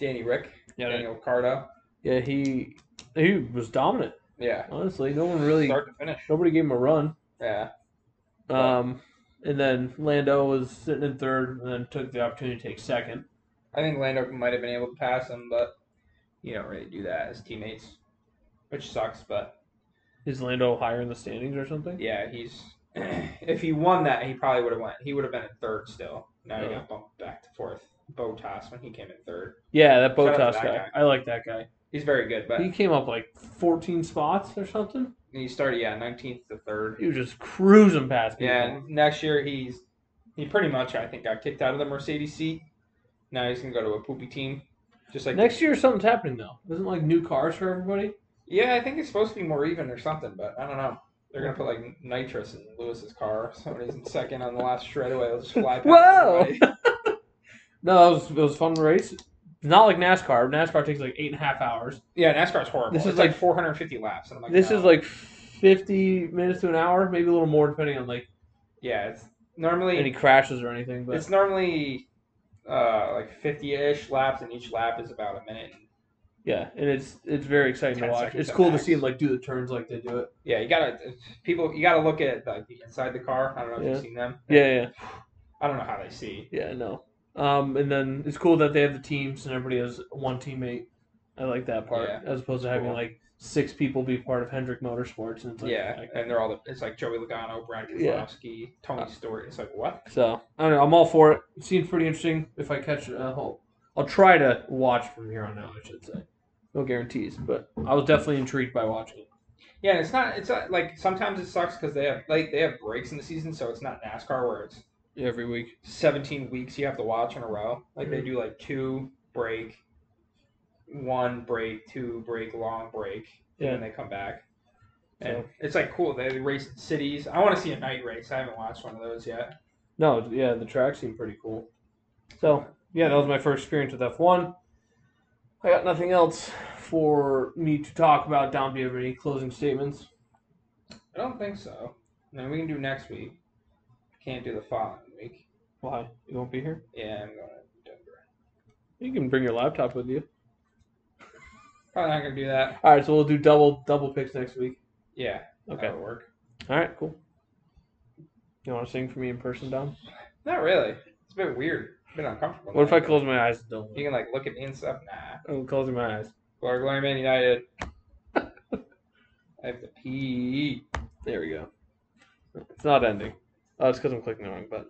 Speaker 1: Danny Rick,
Speaker 2: Yeah, that-
Speaker 1: Daniel Cardo.
Speaker 2: yeah, he he was dominant.
Speaker 1: Yeah,
Speaker 2: Honestly, no one really,
Speaker 1: start to finish.
Speaker 2: nobody gave him a run.
Speaker 1: Yeah.
Speaker 2: Um, and then Lando was sitting in third, and then took the opportunity to take second.
Speaker 1: I think Lando might have been able to pass him, but you don't really do that as teammates, which sucks. But
Speaker 2: Is Lando higher in the standings or something?
Speaker 1: yeah, he's if he won that, he probably would have went. He would have been in third still. Now he
Speaker 2: Yeah.
Speaker 1: got bumped back to fourth. Botas when he came in third,
Speaker 2: Yeah,
Speaker 1: Shout
Speaker 2: that
Speaker 1: out to
Speaker 2: Botas
Speaker 1: that
Speaker 2: guy.
Speaker 1: guy.
Speaker 2: I like that guy.
Speaker 1: he's very good, but
Speaker 2: He came up like 14 spots or something.
Speaker 1: he started yeah nineteenth to third.
Speaker 2: He was just cruising past people.
Speaker 1: Yeah, and next year he's he pretty much I think got kicked out of the Mercedes seat. Now he's gonna go to a poopy team, just like
Speaker 2: Next year, something's happening though. Isn't like new cars for everybody?
Speaker 1: Yeah, I think it's supposed to be more even or something, but I don't know. They're gonna put like nitrous in Lewis's car. Somebody's in second on the last straightaway. It'll just fly past.
Speaker 2: Whoa!
Speaker 1: everybody.
Speaker 2: No, it was it was a fun race. Not like NASCAR. NASCAR takes like eight and a half hours.
Speaker 1: Yeah, NASCAR's horrible.
Speaker 2: This
Speaker 1: This
Speaker 2: is
Speaker 1: is like,
Speaker 2: like-
Speaker 1: 450 laps. And I'm like,
Speaker 2: This
Speaker 1: no.
Speaker 2: is like 50 minutes to an hour, maybe a little more, depending on like
Speaker 1: yeah, it's normally
Speaker 2: any crashes or anything. But
Speaker 1: it's normally uh like 50-ish laps, and each lap is about a minute.
Speaker 2: Yeah, and it's it's very exciting to
Speaker 1: 10
Speaker 2: watch.
Speaker 1: seconds
Speaker 2: It's
Speaker 1: at
Speaker 2: cool to
Speaker 1: max.
Speaker 2: see him like do the turns like they do it.
Speaker 1: Yeah, you gotta people. You gotta look at like the inside the car. I don't know if
Speaker 2: Yeah.
Speaker 1: you've seen them.
Speaker 2: Yeah, yeah,
Speaker 1: I don't know how they see.
Speaker 2: yeah. No, um, and then it's cool that they have the teams and everybody has one teammate. I like that part
Speaker 1: Yeah.
Speaker 2: as opposed to having
Speaker 1: Cool.
Speaker 2: like six people be part of Hendrick Motorsports and it's like,
Speaker 1: yeah,
Speaker 2: like-
Speaker 1: and they're all the, it's like Uh. Joey Logano, Brad
Speaker 2: Yeah.
Speaker 1: Keselowski, Tony Stewart. It's like what?
Speaker 2: so I don't know. I'm all for it. It seems pretty interesting. If I catch, uh, I'll, I'll try to watch from here on out. I should say, no guarantees, but I was definitely intrigued by watching it.
Speaker 1: Yeah, and it's not. It's not, like sometimes it sucks because they have like they have breaks in the season, so it's not NASCAR where it's
Speaker 2: every week.
Speaker 1: 17 weeks you have to watch in a row. Like they do like two break, one break, two break, long break, and then they come back. And
Speaker 2: So-
Speaker 1: it's like cool. They race in cities. I want to see a night race. I haven't watched one of those yet.
Speaker 2: No, yeah, the track seemed pretty cool. So yeah, that was my first experience with F one. I got nothing else for me to talk about. Dom, do you have any closing statements?
Speaker 1: I don't think so. I mean, we can do next week. Can't do the following week.
Speaker 2: Why you won't be here?
Speaker 1: Yeah, I'm going to Denver.
Speaker 2: You can bring your laptop with you.
Speaker 1: Probably not gonna do that.
Speaker 2: All right, so we'll do double double picks next week.
Speaker 1: Yeah,
Speaker 2: Okay.
Speaker 1: that'll work.
Speaker 2: All right, cool. You want to sing for me in person, Dom?
Speaker 1: Not really. It's been weird. It's been uncomfortable.
Speaker 2: What if I
Speaker 1: Like,
Speaker 2: close my eyes and don't?
Speaker 1: You can like look at me and stuff. Nah.
Speaker 2: I'm closing my eyes.
Speaker 1: Glory, glory, Man United. I have E to pee.
Speaker 2: There we go. It's not ending. Oh, it's because I'm clicking the wrong button.